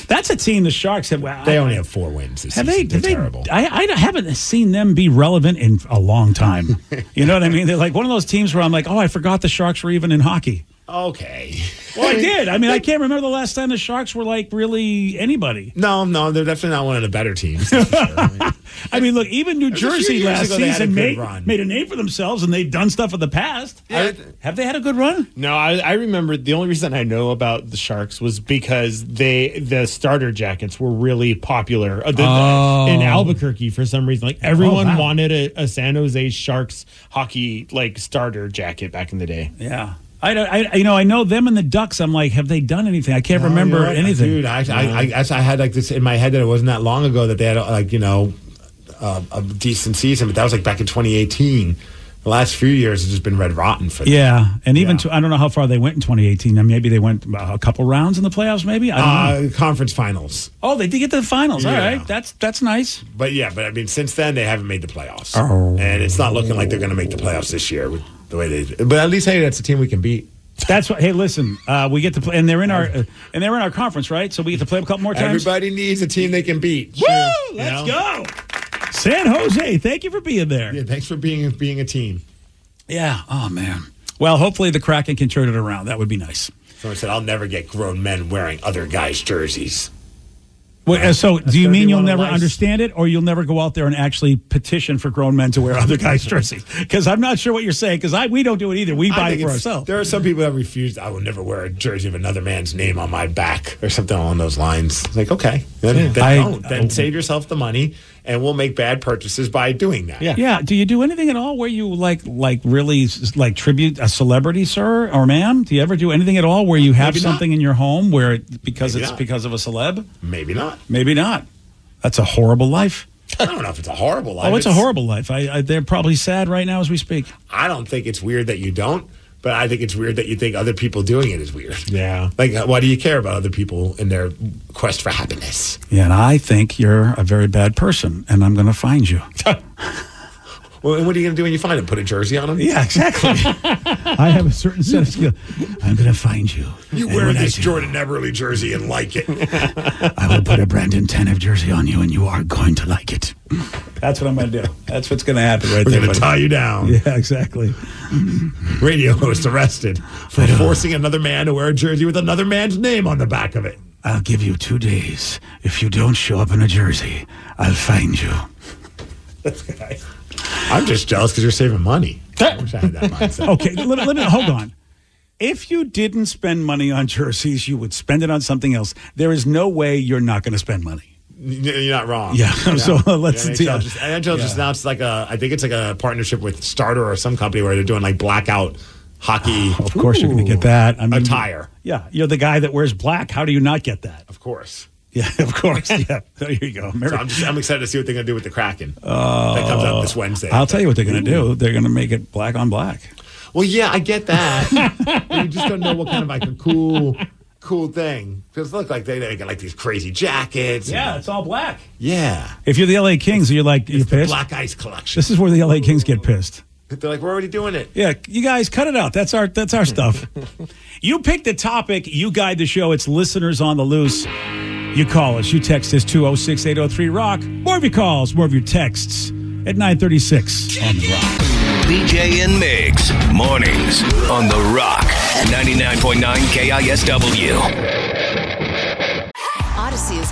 S3: That's a team the Sharks have. Wow,
S4: They only have four wins this
S3: have they?
S4: season. They're
S3: Have they
S4: terrible.
S3: I, I haven't seen them be relevant in a long time. you know what I mean? They're like one of those teams where I'm like, oh, I forgot the Sharks were even in hockey.
S4: okay.
S3: Well, I did. I mean, I can't remember the last time the Sharks were like really anybody.
S4: No, no, they're definitely not one of the better teams. that's for sure. I mean,
S3: I mean, look, even New
S4: was a few
S3: Jersey
S4: years
S3: last
S4: ago they had a
S3: season
S4: good
S3: made,
S4: run.
S3: made a name for themselves, and they've done stuff in the past.
S10: Yeah.
S3: Have they had a good run?
S10: No, I, I remember the only reason I know about the Sharks was because they the starter jackets were really popular uh, the- the- in Albuquerque for some reason. Like everyone
S3: Oh. wow.
S10: wanted a, a San Jose Sharks hockey like starter jacket back in the day.
S3: Yeah. I, don't, I you know I know them and the Ducks. I'm like, have they done anything? I can't
S4: No,
S3: remember
S4: you're right.
S3: anything.
S4: dude. I, I, I guess I had like this in my head that it wasn't that long ago that they had like you know uh, a decent season, but that was like back in 2018. The last few years has just been red rotten for them.
S3: Yeah, and even
S4: Yeah.
S3: to, I don't know how far they went in 2018. And maybe they went uh, a couple rounds in the playoffs. Maybe I don't know.
S4: Uh, conference finals,
S3: Oh, they did get to the finals. All
S4: yeah.
S3: right, that's that's nice.
S4: but yeah, but I mean, since then they haven't made the playoffs,
S3: Oh.
S4: and it's not looking like they're going to make the playoffs this year with the way they. But at least hey, that's a team we can beat.
S3: That's what. Hey, listen, uh, we get to play, and they're in our uh, and they're in our conference, right? So we get to play them a couple more times.
S4: Everybody needs a team they can beat.
S3: Woo!
S4: You
S3: Let's
S4: know?
S3: go, San Jose. Thank you for being there.
S4: Yeah, thanks for being being a team.
S3: yeah. Oh man. Well, hopefully the Kraken can turn it around. That would be nice.
S4: Someone said, "I'll never get grown men wearing other guys' jerseys."
S3: Wait, uh, so, do you
S4: gonna
S3: mean
S4: be
S3: you'll
S4: one of
S3: never
S4: life's-
S3: understand it, or you'll never go out there and actually petition for grown men to wear other guys' jerseys? Because I'm not sure what you're saying. Because I we don't do it either. We
S4: I
S3: buy it
S4: think
S3: for
S4: it's-
S3: ourselves.
S4: There are some people that refuse. I will never wear a jersey of another man's name on my back or something along those lines. It's like, okay, then, then
S3: I-
S4: don't. Then
S3: I-
S4: save yourself the money, and we'll make bad purchases by doing that.
S10: Yeah.
S3: Yeah. Do you do anything at all where you like like really s- like tribute a celebrity, sir or ma'am? Do you ever do anything at all where you have
S4: Maybe not.
S3: something in your home where it- because
S4: Maybe
S3: it's
S4: not.
S3: because of a celeb?
S4: maybe not.
S3: Maybe not. That's a horrible life.
S4: I don't know if it's a horrible life.
S3: oh, it's, a horrible life. I, I they're probably sad right now as we speak.
S4: I don't think it's weird that you don't, but I think it's weird that you think other people doing it is weird.
S10: Yeah.
S4: Like, why do you care about other people in their quest for happiness?
S3: Yeah, and I think you're a very bad person, and I'm going to find you.
S4: Well, and what are you going to do when you find them? Put a jersey on them?
S3: yeah, exactly. I have a certain set of skills. I'm going to find you.
S4: You
S3: And
S4: wear
S3: when I
S4: this
S3: do,
S4: Jordan Eberle jersey and like it.
S3: I will put a Brandon Tanev jersey on you, and you are going to like it. That's what I'm going to do. That's what's going to happen right
S4: We're
S3: there.
S4: going to
S3: buddy.
S4: tie you down.
S3: Yeah, exactly.
S4: radio host arrested for forcing another man to wear a jersey with another man's name on the back of it.
S3: I'll give you two days. If you don't show up in a jersey, I'll find you.
S4: I'm just jealous because you're saving money. I wish I had that mindset.
S3: Okay, let, me- let me hold on. If you didn't spend money on jerseys, you would spend it on something else. There is no way you're not going to spend money.
S4: You're not wrong.
S3: Yeah, so let's-
S4: The NHL
S3: yeah.
S4: just, NHL just
S3: Yeah.
S4: announced like a, I think it's like a partnership with Starter or some company where they're doing like blackout hockey.
S3: Of course, you're going to get that. I mean,
S4: Attire.
S3: Yeah, you're the guy that wears black. How do you not get that?
S4: Of course.
S3: Yeah, of course. Yeah, there you go. Mary-
S4: So I'm, just, I'm excited to see what they're going to do with the Kraken. that comes out this Wednesday.
S3: Uh, I'll tell you what they're going to do. They're going to make it black on black.
S4: Well, yeah, I get that. But you just don't know what kind of like a cool, cool thing. Because look, like they, they got like these crazy jackets.
S3: it's all black.
S4: yeah.
S3: If you're the LA Kings, you're like you're
S4: It's the
S3: pissed.
S4: Black Ice Collection.
S3: This is where the LA Kings get pissed.
S4: They're like, we're already doing it.
S3: Yeah, you guys cut it out. That's our that's our stuff. you pick the topic, you guide the show. It's listeners on the loose. You call us, you text us 206-803 Rock. More of your calls, more of your texts at 936 on the Rock.
S5: BJ and Migs, mornings on The Rock, 99.9 KISW.
S11: Odyssey is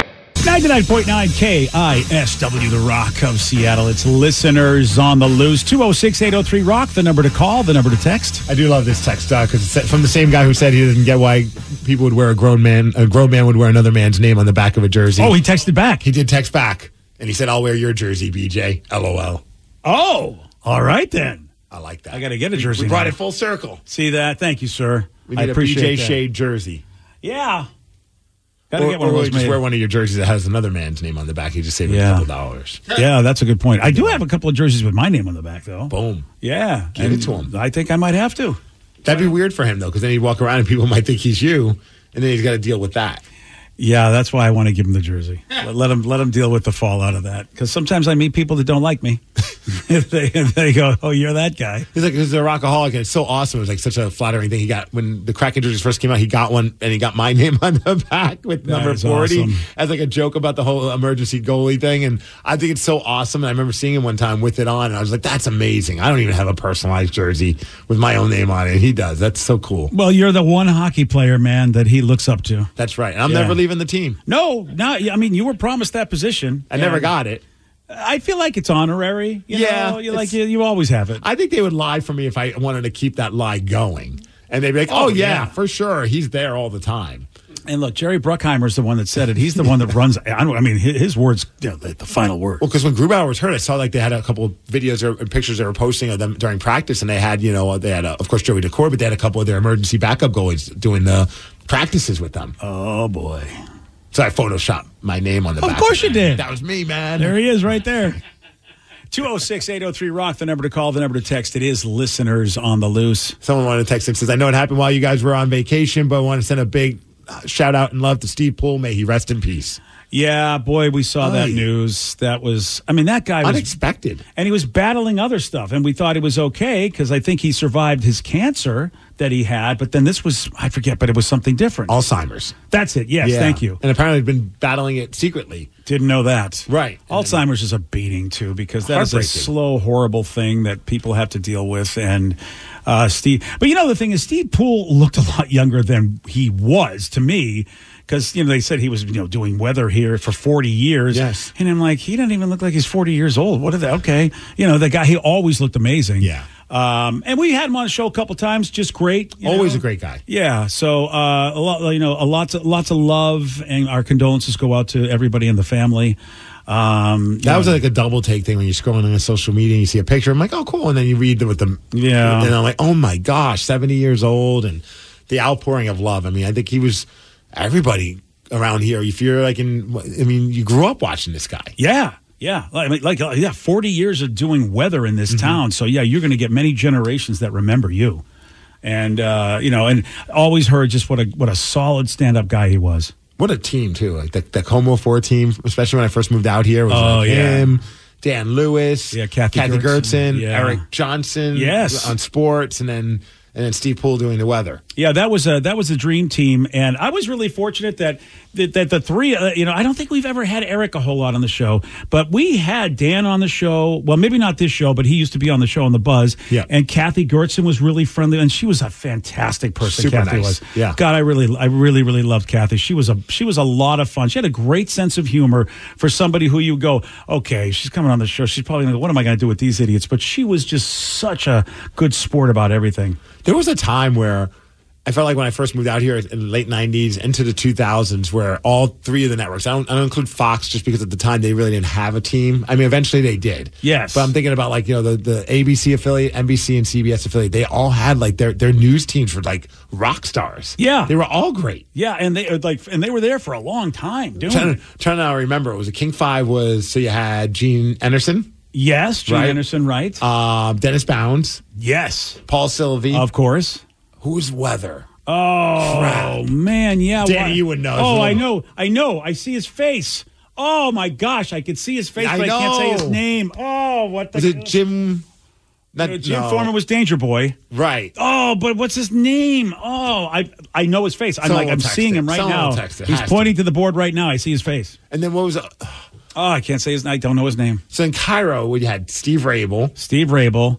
S3: 99.9 KISW, The Rock of Seattle. It's listeners on the loose. 206 803 Rock, the number to call, the number to text.
S4: I do love this text because it's from the same guy who said he doesn't get why people would wear a grown man. A grown man would wear another man's name on the back of a jersey.
S3: Oh, he texted back.
S4: he did text back and he said, "I'll wear your jersey, BJ." LOL.
S3: Oh, all right then.
S4: I like that.
S3: I got to get a jersey.
S4: We brought
S3: now.
S4: it full circle.
S3: See that? Thank you, sir.
S4: We
S3: I
S4: need a
S3: appreciate
S4: BJ
S3: that.
S4: shade jersey.
S3: Yeah. Got to
S4: Or,
S3: get one
S4: or
S3: of
S4: will
S3: those
S4: you just
S3: made.
S4: wear one of your jerseys that has another man's name on the back. You just save
S3: Yeah.
S4: a couple dollars.
S3: Yeah, that's a good point. I do have a couple of jerseys with my name on the back, though.
S4: Boom.
S3: Yeah.
S4: Give it
S3: and
S4: to 'em.
S3: I think I might have to.
S4: That'd be weird for him though, because then he'd walk around and people might think he's you, and then he's got to deal with that.
S3: Yeah, that's why I want to give him the jersey. Let, let him let him deal with the fallout of that. Because sometimes I meet people that don't like me. they, they go, "Oh, you're that guy."
S4: He's like, he's a rockaholic, and it's so awesome. It was like such a flattering thing. He got when the Kraken jerseys first came out, he got one, and he got my name on the back with number
S3: is
S4: forty
S3: awesome.
S4: as like a joke about the whole emergency goalie thing. And I think it's so awesome. And I remember seeing him one time with it on, and I was like, that's amazing. I don't even have a personalized jersey with my own name on it. He does. That's so cool.
S3: Well, you're the one hockey player, man, that he looks up to.
S4: That's right. And I'm
S3: Yeah.
S4: never leaving the team.
S3: No, not. I mean, you were promised that position.
S4: I never
S3: and
S4: got it.
S3: I feel like it's honorary. You
S4: Yeah,
S3: know? you like
S4: it's-
S3: you, you always have it.
S4: I think they would lie for me if I wanted to keep that lie going. And they'd be like, oh,
S3: Oh,
S4: yeah,
S3: yeah.
S4: for sure. He's there all the time.
S3: And look, Jerry Bruckheimer's the one that said it. He's the one that runs. I, don't, I mean, his, his words, you know, the, the final word.
S4: Well, because when Grubauer was hurt, I saw like they had a couple of videos or pictures they were posting of them during practice, and they had you know they had uh of course Joey Decor, but they had a couple of their emergency backup goalies doing the practices with them.
S3: Oh boy,
S4: So I photoshopped my name on the.
S3: Of
S4: back.
S3: course you did.
S4: That was me, man.
S3: there he is, right there. 206-803 rock the number to call the number to text it is listeners on the loose
S4: Someone wanted to text him says, "I know it happened while you guys were on vacation, but I want to send a big uh, shout out and love to Steve Poole. May he rest in peace."
S3: yeah boy we saw that
S4: Aye.
S3: news that was i mean that guy was
S4: Unexpected.
S3: and he was battling other stuff and we thought it was okay because i think he survived his cancer that he had but then this was i forget but it was something different
S4: Alzheimer's.
S3: that's it yes
S4: Yeah.
S3: thank you
S4: And apparently, had been battling it secretly.
S3: Didn't know that.
S4: Right.
S3: Alzheimer's is a beating too, because that is a
S4: Heartbreaking.
S3: slow, horrible thing that people have to deal with. And uh, Steve, but you know the thing is, Steve Poole looked a lot younger than he was to me, because you know they said he was you know doing weather here for forty years.
S4: Yes.
S3: And I'm like, he doesn't even look like he's forty years old. What are they? Okay, you know the guy. He always looked amazing.
S4: Yeah.
S3: Um, and we had him on the show a couple times. Just great. you
S4: Always
S3: know?
S4: a great guy.
S3: Yeah, so uh, a lot, you know, a lots, of, lots of love, and our condolences go out to everybody in the family. Um,
S4: That was like a double take thing when you're scrolling on social media and you see a picture. I'm like, oh, cool. And then you read the, with the
S3: Yeah.
S4: And I'm like, oh my gosh, 70 years old and the outpouring of love. I mean, I think he was everybody around here. If you're like in, I mean, you grew up watching this guy.
S3: yeah, yeah, like, I mean, like uh, yeah, forty years of doing weather in this town. So yeah, you're going to get many generations that remember you, and uh, you know, and always heard just what a what a solid stand up guy he was.
S4: What a team, too. Like the, the Como 4 team, especially when I first moved out here, was
S3: Oh,
S4: like
S3: yeah.
S4: him. Dan Lewis,
S3: Yeah, Kathy Gertson,
S4: Gertson,
S3: yeah.
S4: Eric Johnson,
S3: Yes.
S4: on sports, and then and then Steve Poole doing the weather.
S3: Yeah, that was a that was a dream team, and I was really fortunate that that, that the three. Uh, you know, I don't think we've ever had Eric a whole lot on the show, but we had Dan on the show. Well, maybe not this show, but he used to be on the show on the Buzz. Yeah, and Kathy Gertson was really friendly, and she was a fantastic person.
S4: Super
S3: Kathy
S4: nice.
S3: was.
S4: Yeah.
S3: God, I really, I really, really loved Kathy. She was a she was a lot of fun. She had a great sense of humor for somebody who you go, okay, she's coming on the show. She's probably like, what am I going to do with these idiots? But she was just such a good sport about everything.
S4: There was a time where I felt like when I first moved out here in the late 90s into the 2000s, where all three of the networks, I don't, I don't include Fox just because at the time they really didn't have a team. I mean, eventually they did.
S3: Yes.
S4: But I'm thinking about like, you know, the, the ABC affiliate, NBC, and CBS affiliate, they all had like their, their news teams were like rock stars.
S3: Yeah,
S4: They were all great.
S3: Yeah, and they like and they were there for a long time doing.
S4: Trying
S3: it.
S4: to, trying to now remember, it was a King Five was so you had Gene Anderson.
S3: Yes, Gene Anderson, right?
S4: Uh, Dennis Bounds.
S3: Yes,
S4: Paul Sylvie,
S3: of course.
S4: Who's Weather?
S3: Oh man, yeah.
S4: Danny,
S3: why-
S4: you would know.
S3: Oh, I know, I know. I see his face. Oh my gosh, I could see his face,
S4: I
S3: but I can't say his
S4: know.
S3: name. Oh, what the?
S4: Was it Jim? Not-
S3: No, Jim
S4: no.
S3: Foreman was Danger Boy,
S4: right?
S3: Oh, but what's his name? Oh, I I know his face. I'm
S4: Someone
S3: like I'm
S4: will text
S3: seeing
S4: it.
S3: him right
S4: Someone
S3: now.
S4: will text it.
S3: He's
S4: Has to.
S3: pointing to the board right now. I see his face.
S4: And then what was?
S3: Oh, I can't say his. I don't know his name.
S4: So in Cairo, we had Steve Rabel.
S3: Steve Rabel.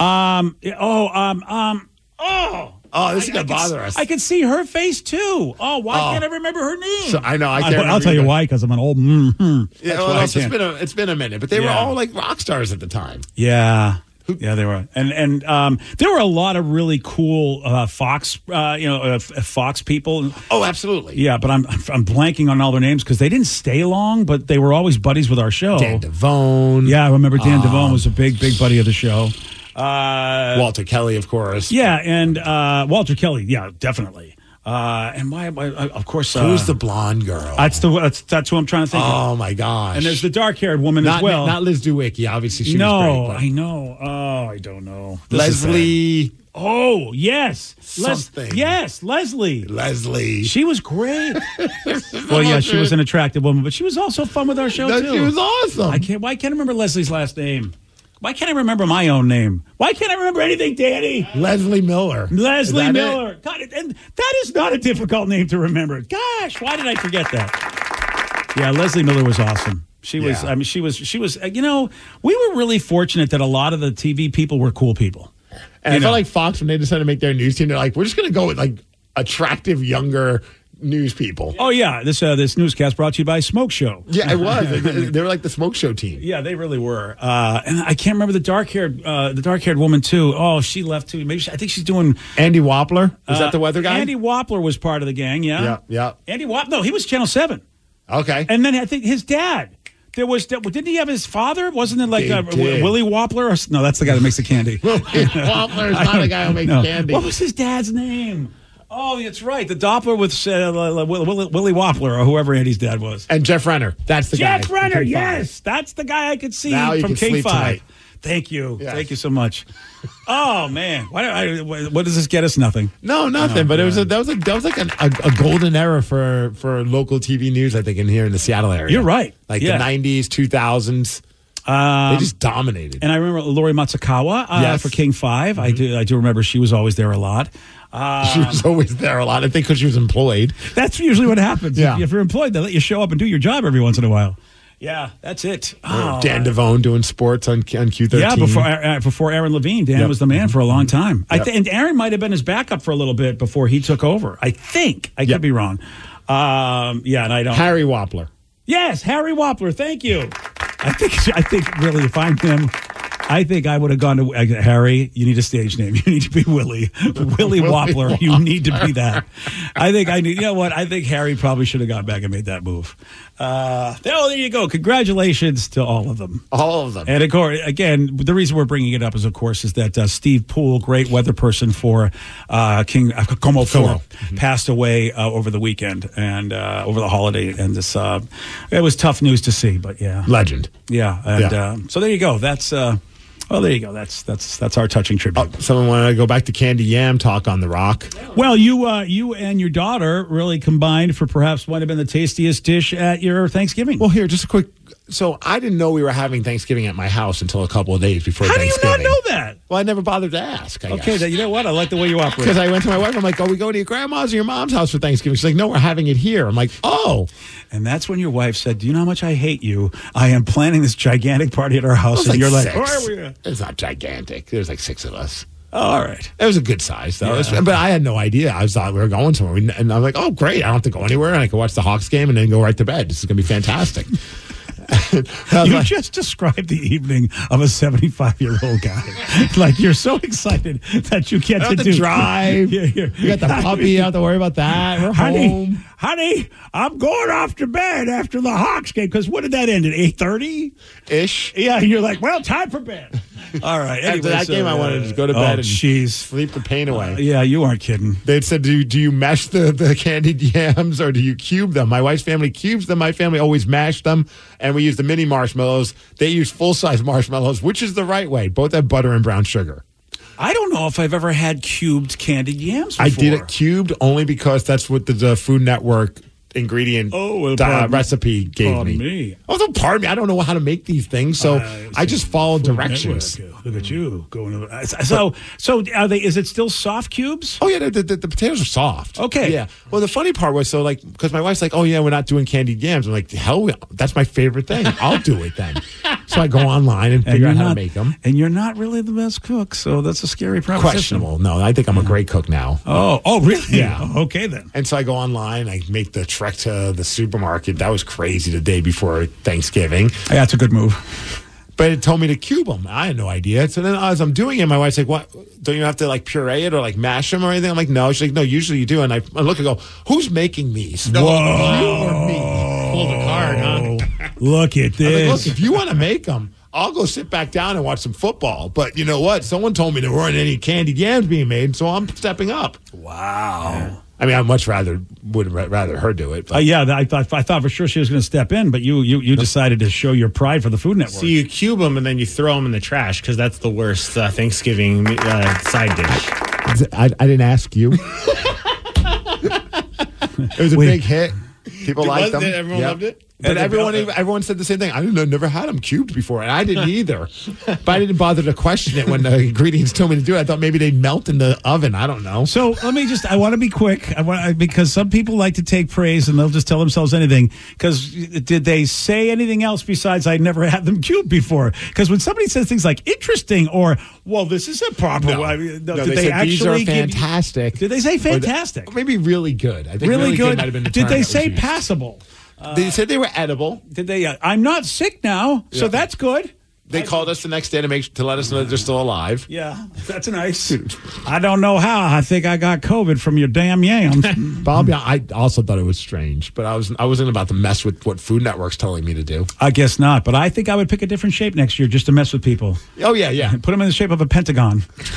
S3: Um. Oh. Um. Um. Oh.
S4: Oh,
S3: I-
S4: this is gonna
S3: I could
S4: bother
S3: s-
S4: us.
S3: I can see her face too. Oh, why
S4: Oh.
S3: can't I remember her name?
S4: So I know I can't.
S3: I'll,
S4: remember
S3: tell you
S4: either.
S3: why because I'm an old. mhm.
S4: Yeah,
S3: That's
S4: well,
S3: why I
S4: it's
S3: can't.
S4: been a it's been a minute, but they were
S3: Yeah.
S4: all like rock stars at the time.
S3: Yeah. Yeah, they were, and and um, there were a lot of really cool uh, Fox, uh, you know, uh, F- Fox people.
S4: Oh, absolutely.
S3: Yeah, but I'm I'm blanking on all their names because they didn't stay long, but they were always buddies with our show.
S4: Dan Devone.
S3: yeah, I remember Dan
S4: Um,
S3: Devone was a big big buddy of the show. Uh,
S4: Walter Kelly, of course.
S3: Yeah, and uh, Walter Kelly. Yeah, definitely. Uh, and why, why? uh, Of course. Uh,
S4: Who's the blonde girl?
S3: That's the that's, that's who I'm trying to think. of.
S4: oh my gosh!
S3: And there's the dark haired woman
S4: not
S3: as well.
S4: not Liz Dewicki. Obviously, she
S3: no,
S4: was great. but-
S3: I know. Oh, I don't know. This is
S4: Leslie.
S3: bad. Oh yes, Les-
S4: Something.
S3: yes, Leslie.
S4: Leslie.
S3: She was great. well, yeah, she was an attractive woman, but she was also fun with our show
S4: That-
S3: too.
S4: she was awesome.
S3: I can't. Why can't I remember Leslie's last name? Why can't I remember my own name? Why can't I remember anything, Danny?
S4: Leslie Miller. Is
S3: Leslie
S4: that it?
S3: Miller. God, and that is not a difficult name to remember. Gosh, why did I forget that? Yeah, Leslie Miller was awesome. She was.
S4: Yeah.
S3: I mean, she was. She was. uh, You know, we were really fortunate that a lot of the TV people were cool people. You
S4: And I
S3: know.
S4: felt like Fox when they decided to make their news team, they're like, we're just going to go with like attractive younger news people.
S3: Oh yeah, this uh, this newscast brought to you by Smoke Show.
S4: Yeah, it was. They- they they were like the smoke show team.
S3: Yeah, they really were. Uh, and I can't remember the dark haired uh, the dark haired woman too. Oh, she left too. Maybe she, I think she's doing.
S4: Andy Wappler was
S3: uh,
S4: that the weather guy?
S3: Andy Wappler was part of the gang. Yeah,
S4: Yeah, yeah.
S3: Andy Wappler. No, he was Channel Seven.
S4: Okay.
S3: And then I think his dad. There was didn't he have his father? Wasn't it like
S4: They
S3: uh,
S4: did.
S3: Willie Wappler? Or, s- no, that's the guy that makes the candy.
S4: Wappler's
S3: I
S4: not a
S3: don't
S4: guy who makes
S3: know.
S4: candy.
S3: What was his dad's name? Oh, that's right. The Doppler with uh, Will- Will- Willie Wappler or whoever Andy's dad was.
S4: and Jeff Renner. That's the guy.
S3: Jeff Renner,
S4: From Fox.
S3: yes, that's the guy I could see
S4: Now you
S3: from
S4: can
S3: K
S4: sleep
S3: five.
S4: tonight.
S3: Thank you,
S4: Yes.
S3: thank you so much. oh man, why do I, what what does this get us? Nothing.
S4: No, nothing. but it was a, that was a, that was like an, a, a golden era for for local TV news. I think in here in the Seattle area.
S3: You're right.
S4: Like
S3: Yeah. Um,
S4: the '90s, 2000s. they just dominated.
S3: And I remember Lori Matsukawa uh,
S4: Yes.
S3: for
S4: Mm-hmm.
S3: King 5 I do I do remember she was always there a lot. Uh,
S4: she was always there a lot. I think because she was employed.
S3: That's usually what happens.
S4: Yeah.
S3: If, if you're employed, they let you show up and do your job every once in a while. Yeah, that's it. Oh,
S4: Dan Devone doing sports on on Q13.
S3: Yeah, before uh, before Aaron Levine, Dan
S4: Yep. Mm-hmm.
S3: was the man for a long time. I
S4: Yep.
S3: th- and Aaron might have been his backup for a little bit before he took over. I think I could
S4: Yep.
S3: be wrong. Um, yeah, and I don't.
S4: Harry Wappler.
S3: yes, Harry Wappler. Thank you. I think I think really if I'm him, I think I would have gone to I- Harry. You need a stage name. You need to be Willie Willie Wappler. You need to be that. I think I need. You know what? I think Harry probably should have gone back and made that move. Uh, oh, there you go. Congratulations to all of them.
S4: All of them.
S3: And of course, again, the reason we're bringing it up is, of course, is that uh, Steve Poole, great weather person for uh, King uh, Como Four,
S4: Como.
S3: passed away uh, over the weekend and uh, over the holiday. And this, uh, it was tough news to see, but yeah,
S4: Legend.
S3: yeah. And
S4: Yeah.
S3: Uh, so there you go. That's uh, well, there you go. That's that's that's our touching tribute.
S4: Someone wanted to go back to Candy Yam talk on The Rock.
S3: Well, you uh, you and your daughter really combined for perhaps might have been the tastiest dish at your Thanksgiving.
S4: Well, here, just a quick So I didn't know we were having Thanksgiving at my house until a couple of days before
S3: How do you
S4: Thanksgiving.
S3: not know that?
S4: Well, I never bothered to ask. I
S3: Okay,
S4: guess.
S3: then you know what? I like the way you operate.
S4: Because I went to my wife, I'm like, "Oh, we go to your grandma's or your mom's house for Thanksgiving." She's like, "No, we're having it here." I'm like, "Oh,
S3: And that's when your wife said, "Do you know how much I hate you? I am planning this gigantic party at our house."
S4: It was
S3: And you're like,
S4: six.
S3: "Where are we at?"
S4: It's not gigantic. There's like six of us.
S3: "All right."
S4: It was a good size though, It was- but I had no idea. I was thought we were going somewhere, We- and I'm like, "Oh, great! I don't have to go anywhere, and I can watch the Hawks game, and then go right to bed. This is gonna be fantastic." I was
S3: You
S4: like-
S3: just described the evening of a 75 year old guy. like you're so excited that you get
S4: I
S3: to,
S4: don't have
S3: do
S4: to drive.
S3: Yeah, yeah.
S4: You got the puppy. You don't have to worry about that. We're
S3: honey,
S4: home.
S3: honey, I'm going off to bed after the Hawks game because what did that end at 8:30?
S4: Ish.
S3: Yeah, and you're like, well, time for bed. All right.
S4: After
S3: anyway,
S4: that
S3: so,
S4: game, I
S3: uh,
S4: wanted to just go to
S3: oh,
S4: bed and
S3: Jeez. Uh,
S4: sleep the pain away.
S3: Yeah, you aren't kidding.
S4: They said, do, do you mash the, the candied yams or do you cube them? My wife's family cubes them. My family always mash them. And we use the mini marshmallows. They use full size marshmallows, which is the right way. Both have butter and brown sugar.
S3: I don't know if I've ever had cubed candied yams. Before.
S4: I did it cubed only because that's what the, the Food Network ingredient
S3: Oh, well,
S4: uh,
S3: pardon-
S4: recipe gave
S3: pardon
S4: me.
S3: me.
S4: Also, pardon me. I don't know how to make these things. So I just followed directions.
S3: Network. Look at you going. To the, so, so are they? Is it still soft cubes?
S4: Oh yeah, the, the, the potatoes are soft.
S3: Okay.
S4: Yeah. Well, the funny part was so like because my wife's like, oh yeah, we're not doing candied yams. I'm like, hell, we- that's my favorite thing. I'll do it then. so I go online and figure out how to make them.
S3: And you're not really the best cook, so that's a scary proposition.
S4: Questionable. No, I think I'm a great cook now.
S3: Oh, oh, really?
S4: Yeah.
S3: Oh, Okay then.
S4: And so I go online. I make the trek to the supermarket. That was crazy the day before Thanksgiving.
S3: Yeah, that's a good move.
S4: But it told me to cube them. I had no idea. So then as I'm doing it, my wife's like, what? Don't you have to like puree it or like mash them or anything? I'm like, no. She's like, no, usually you do. And I, I look and go, who's making these? No, you or me? Pull the card, huh?
S3: Look at
S4: I was like,
S3: this.
S4: look, if you want to make them, I'll go sit back down and watch some football. But you know what? Someone told me there weren't any candied yams being made, so I'm stepping up.
S3: wow.
S4: I mean, I'd much rather would ra- rather her do it. But.
S3: Uh, yeah, I thought I thought for sure she was going to step in, but you you you decided to show your pride for the Food Network.
S10: So you cube them and then you throw them in the trash because that's the worst uh, Thanksgiving uh, side dish.
S4: I, I didn't ask you. it was a
S3: Wait.
S4: big hit. People
S10: It
S4: liked
S10: was?
S4: them.
S10: Everyone loved it?
S4: But
S3: And-
S4: everyone, everyone said the same thing. I didn't know, never had them cubed before, and I didn't either. but I didn't bother to question it when the ingredients told me to do it. I thought maybe they'd melt in the oven. I don't know.
S3: So let me just, I want to be quick I want, I- because some people like to take praise and they'll just tell themselves anything. Because did they say anything else besides I never had them cubed before? Because when somebody says things like interesting or, well, this is a proper
S4: No.
S3: way. I mean,
S4: No, they said, "These are
S3: give you-
S4: fantastic.
S3: did they say
S4: Or the-
S3: fantastic?
S4: maybe really good. I think
S3: really, good.
S4: might have been the
S3: did
S4: term
S3: they
S4: that was
S3: say
S4: used.
S3: passable?
S4: they said they were edible.
S3: Did they, uh, I'm not sick now, so
S4: Yeah.
S3: that's good.
S4: They called us the next day to make to let us know that they're still alive.
S3: Yeah, that's nice. I don't know how. I think I got COVID from your damn yams.
S4: Bob, yeah, I also thought it was strange, but I was I wasn't about to mess with what Food Network's telling me to do.
S3: I guess not, but I think I would pick a different shape next year just to mess with people.
S4: Oh yeah, yeah.
S3: Put them in the shape of a pentagon.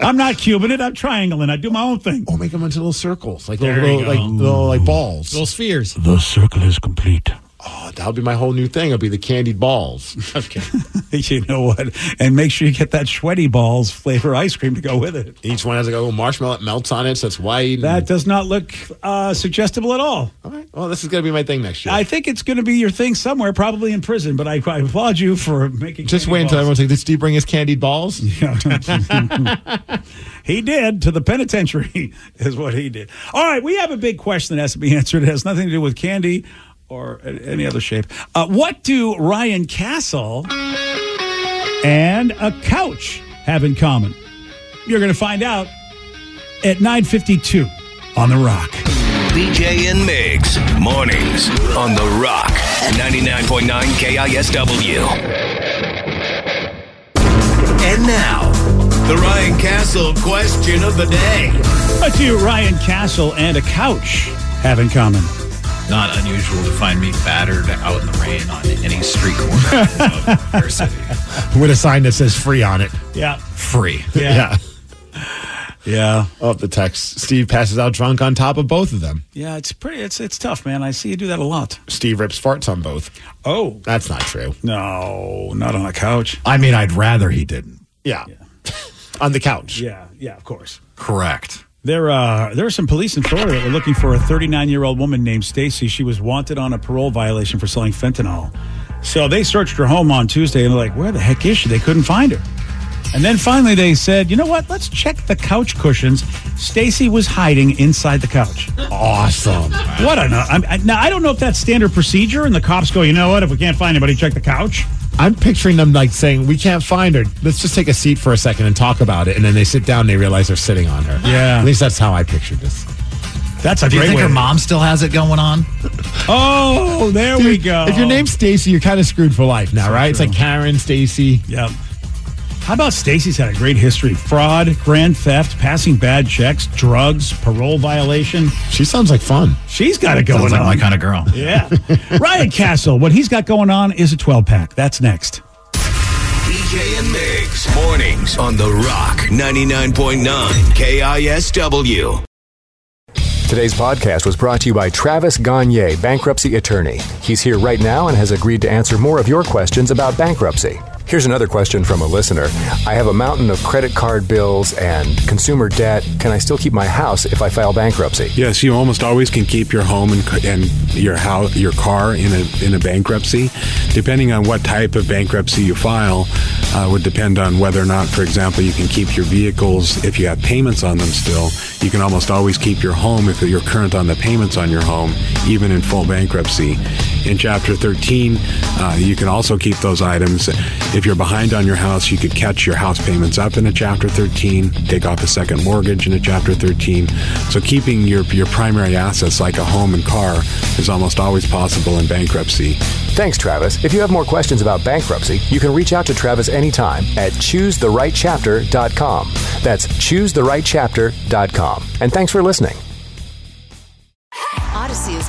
S3: I'm not cubing it. I'm triangling. I do my own thing.
S4: Oh, make them into little circles, like
S10: There
S4: little,
S10: you
S4: little like
S10: go.
S4: little like balls.
S10: Little spheres.
S3: The circle is complete.
S4: Oh, that'll be my whole new thing. It'll be the candied balls.
S10: Okay.
S3: You know what? And make sure you get that sweaty balls flavor ice cream to go with it.
S4: Each one has like a little marshmallow that melts on it, so it's white. and-
S3: That does not look uh, suggestible at all.
S4: all right. Well, this is gonna be my thing next year.
S3: I think it's going to be your thing somewhere, probably in prison. But I, I applaud you for making.
S4: Just
S3: candy
S4: wait until
S3: balls.
S4: everyone's like, "Did Steve bring his candied balls?"
S3: He did to the penitentiary, is what he did. All right, we have a big question that has to be answered. It has nothing to do with candy or a- any other shape. Uh, what do Ryan Castle and a couch have in common? You're going to find out at 9:52 on the Rock.
S5: BJ and Migs. Mornings on The Rock. 99.9 KISW. And now, the Ryan Castle question of the day.
S3: What do Ryan Castle and a couch have in common?
S12: Not unusual to find me battered out in the rain on any street corner of our city.
S4: With a sign that says "free" on it.
S3: Yeah,
S12: Free.
S4: Yeah.
S3: yeah,
S4: Of the text, Steve passes out drunk on top of both of them.
S3: yeah. It's pretty. It's it's tough, man. I see you do that a lot.
S4: Steve rips farts on both.
S3: Oh
S4: That's not true.
S3: no, not on a couch.
S4: I mean, I'd rather he didn't. Yeah. on the couch.
S3: Yeah, yeah, of course.
S12: Correct.
S3: There, uh, there are some police in Florida that were looking for a 39 year old woman named Stacy. She was wanted on a parole violation for selling fentanyl. So they searched her home on Tuesday and they're like, where the heck is she? They couldn't find her. And then finally they said, you know what? Let's check the couch cushions. Stacy was hiding inside the couch.
S4: Awesome.
S3: What a I, I, now I don't know if that's standard procedure, and the cops go, you know what? If we can't find anybody, check the couch.
S4: I'm picturing them like saying, "We can't find her. Let's just take a seat for a second and talk about it." And then they sit down and they realize they're sitting on her.
S3: Yeah.
S4: At least that's how I pictured this.
S3: That's a
S4: Do you
S3: great
S4: think
S3: way.
S4: her
S3: mom
S13: still has it going on?
S3: Oh, there we go.
S4: If your name's Stacy, you're kind of screwed for life now, right? It's like Karen, Stacy.
S3: Yep. How about Stacy's had a great history? Fraud, grand theft, passing bad checks, drugs, parole violation.
S4: She sounds like fun.
S3: She's got it going
S13: Sounds like
S3: on.
S13: my kind of girl.
S3: Yeah. Ryan Castle, what he's got going on is a 12 pack. That's next.
S5: BJ and Migs. Mornings on The Rock 99.9 KISW.
S14: Today's podcast was brought to you by Travis Gagne, bankruptcy attorney. He's here right now and has agreed to answer more of your questions about bankruptcy. Here's another question from a listener I have a mountain of credit card bills and consumer debt. Can I still keep my house if I file bankruptcy?
S2: Yes, you almost always can keep your home and, and your house, your car in a in a bankruptcy. Depending on what type of bankruptcy you file, uh, would depend on whether or not, for example, you can keep your vehicles if you have payments on them. Still, you can almost always keep your home if you're current on the payments on your home, even in full bankruptcy. In Chapter 13, uh, you can also keep those items. If you're behind on your house, you could catch your house payments up in a Chapter 13, take off a second mortgage in a Chapter 13. So keeping your, your primary assets like a home and car is almost always possible in bankruptcy.
S14: Thanks, Travis. If you have more questions about bankruptcy, you can reach out to Travis anytime at choosetherightchapter.com. That's choosetherightchapter.com. And thanks for listening.
S11: Odyssey is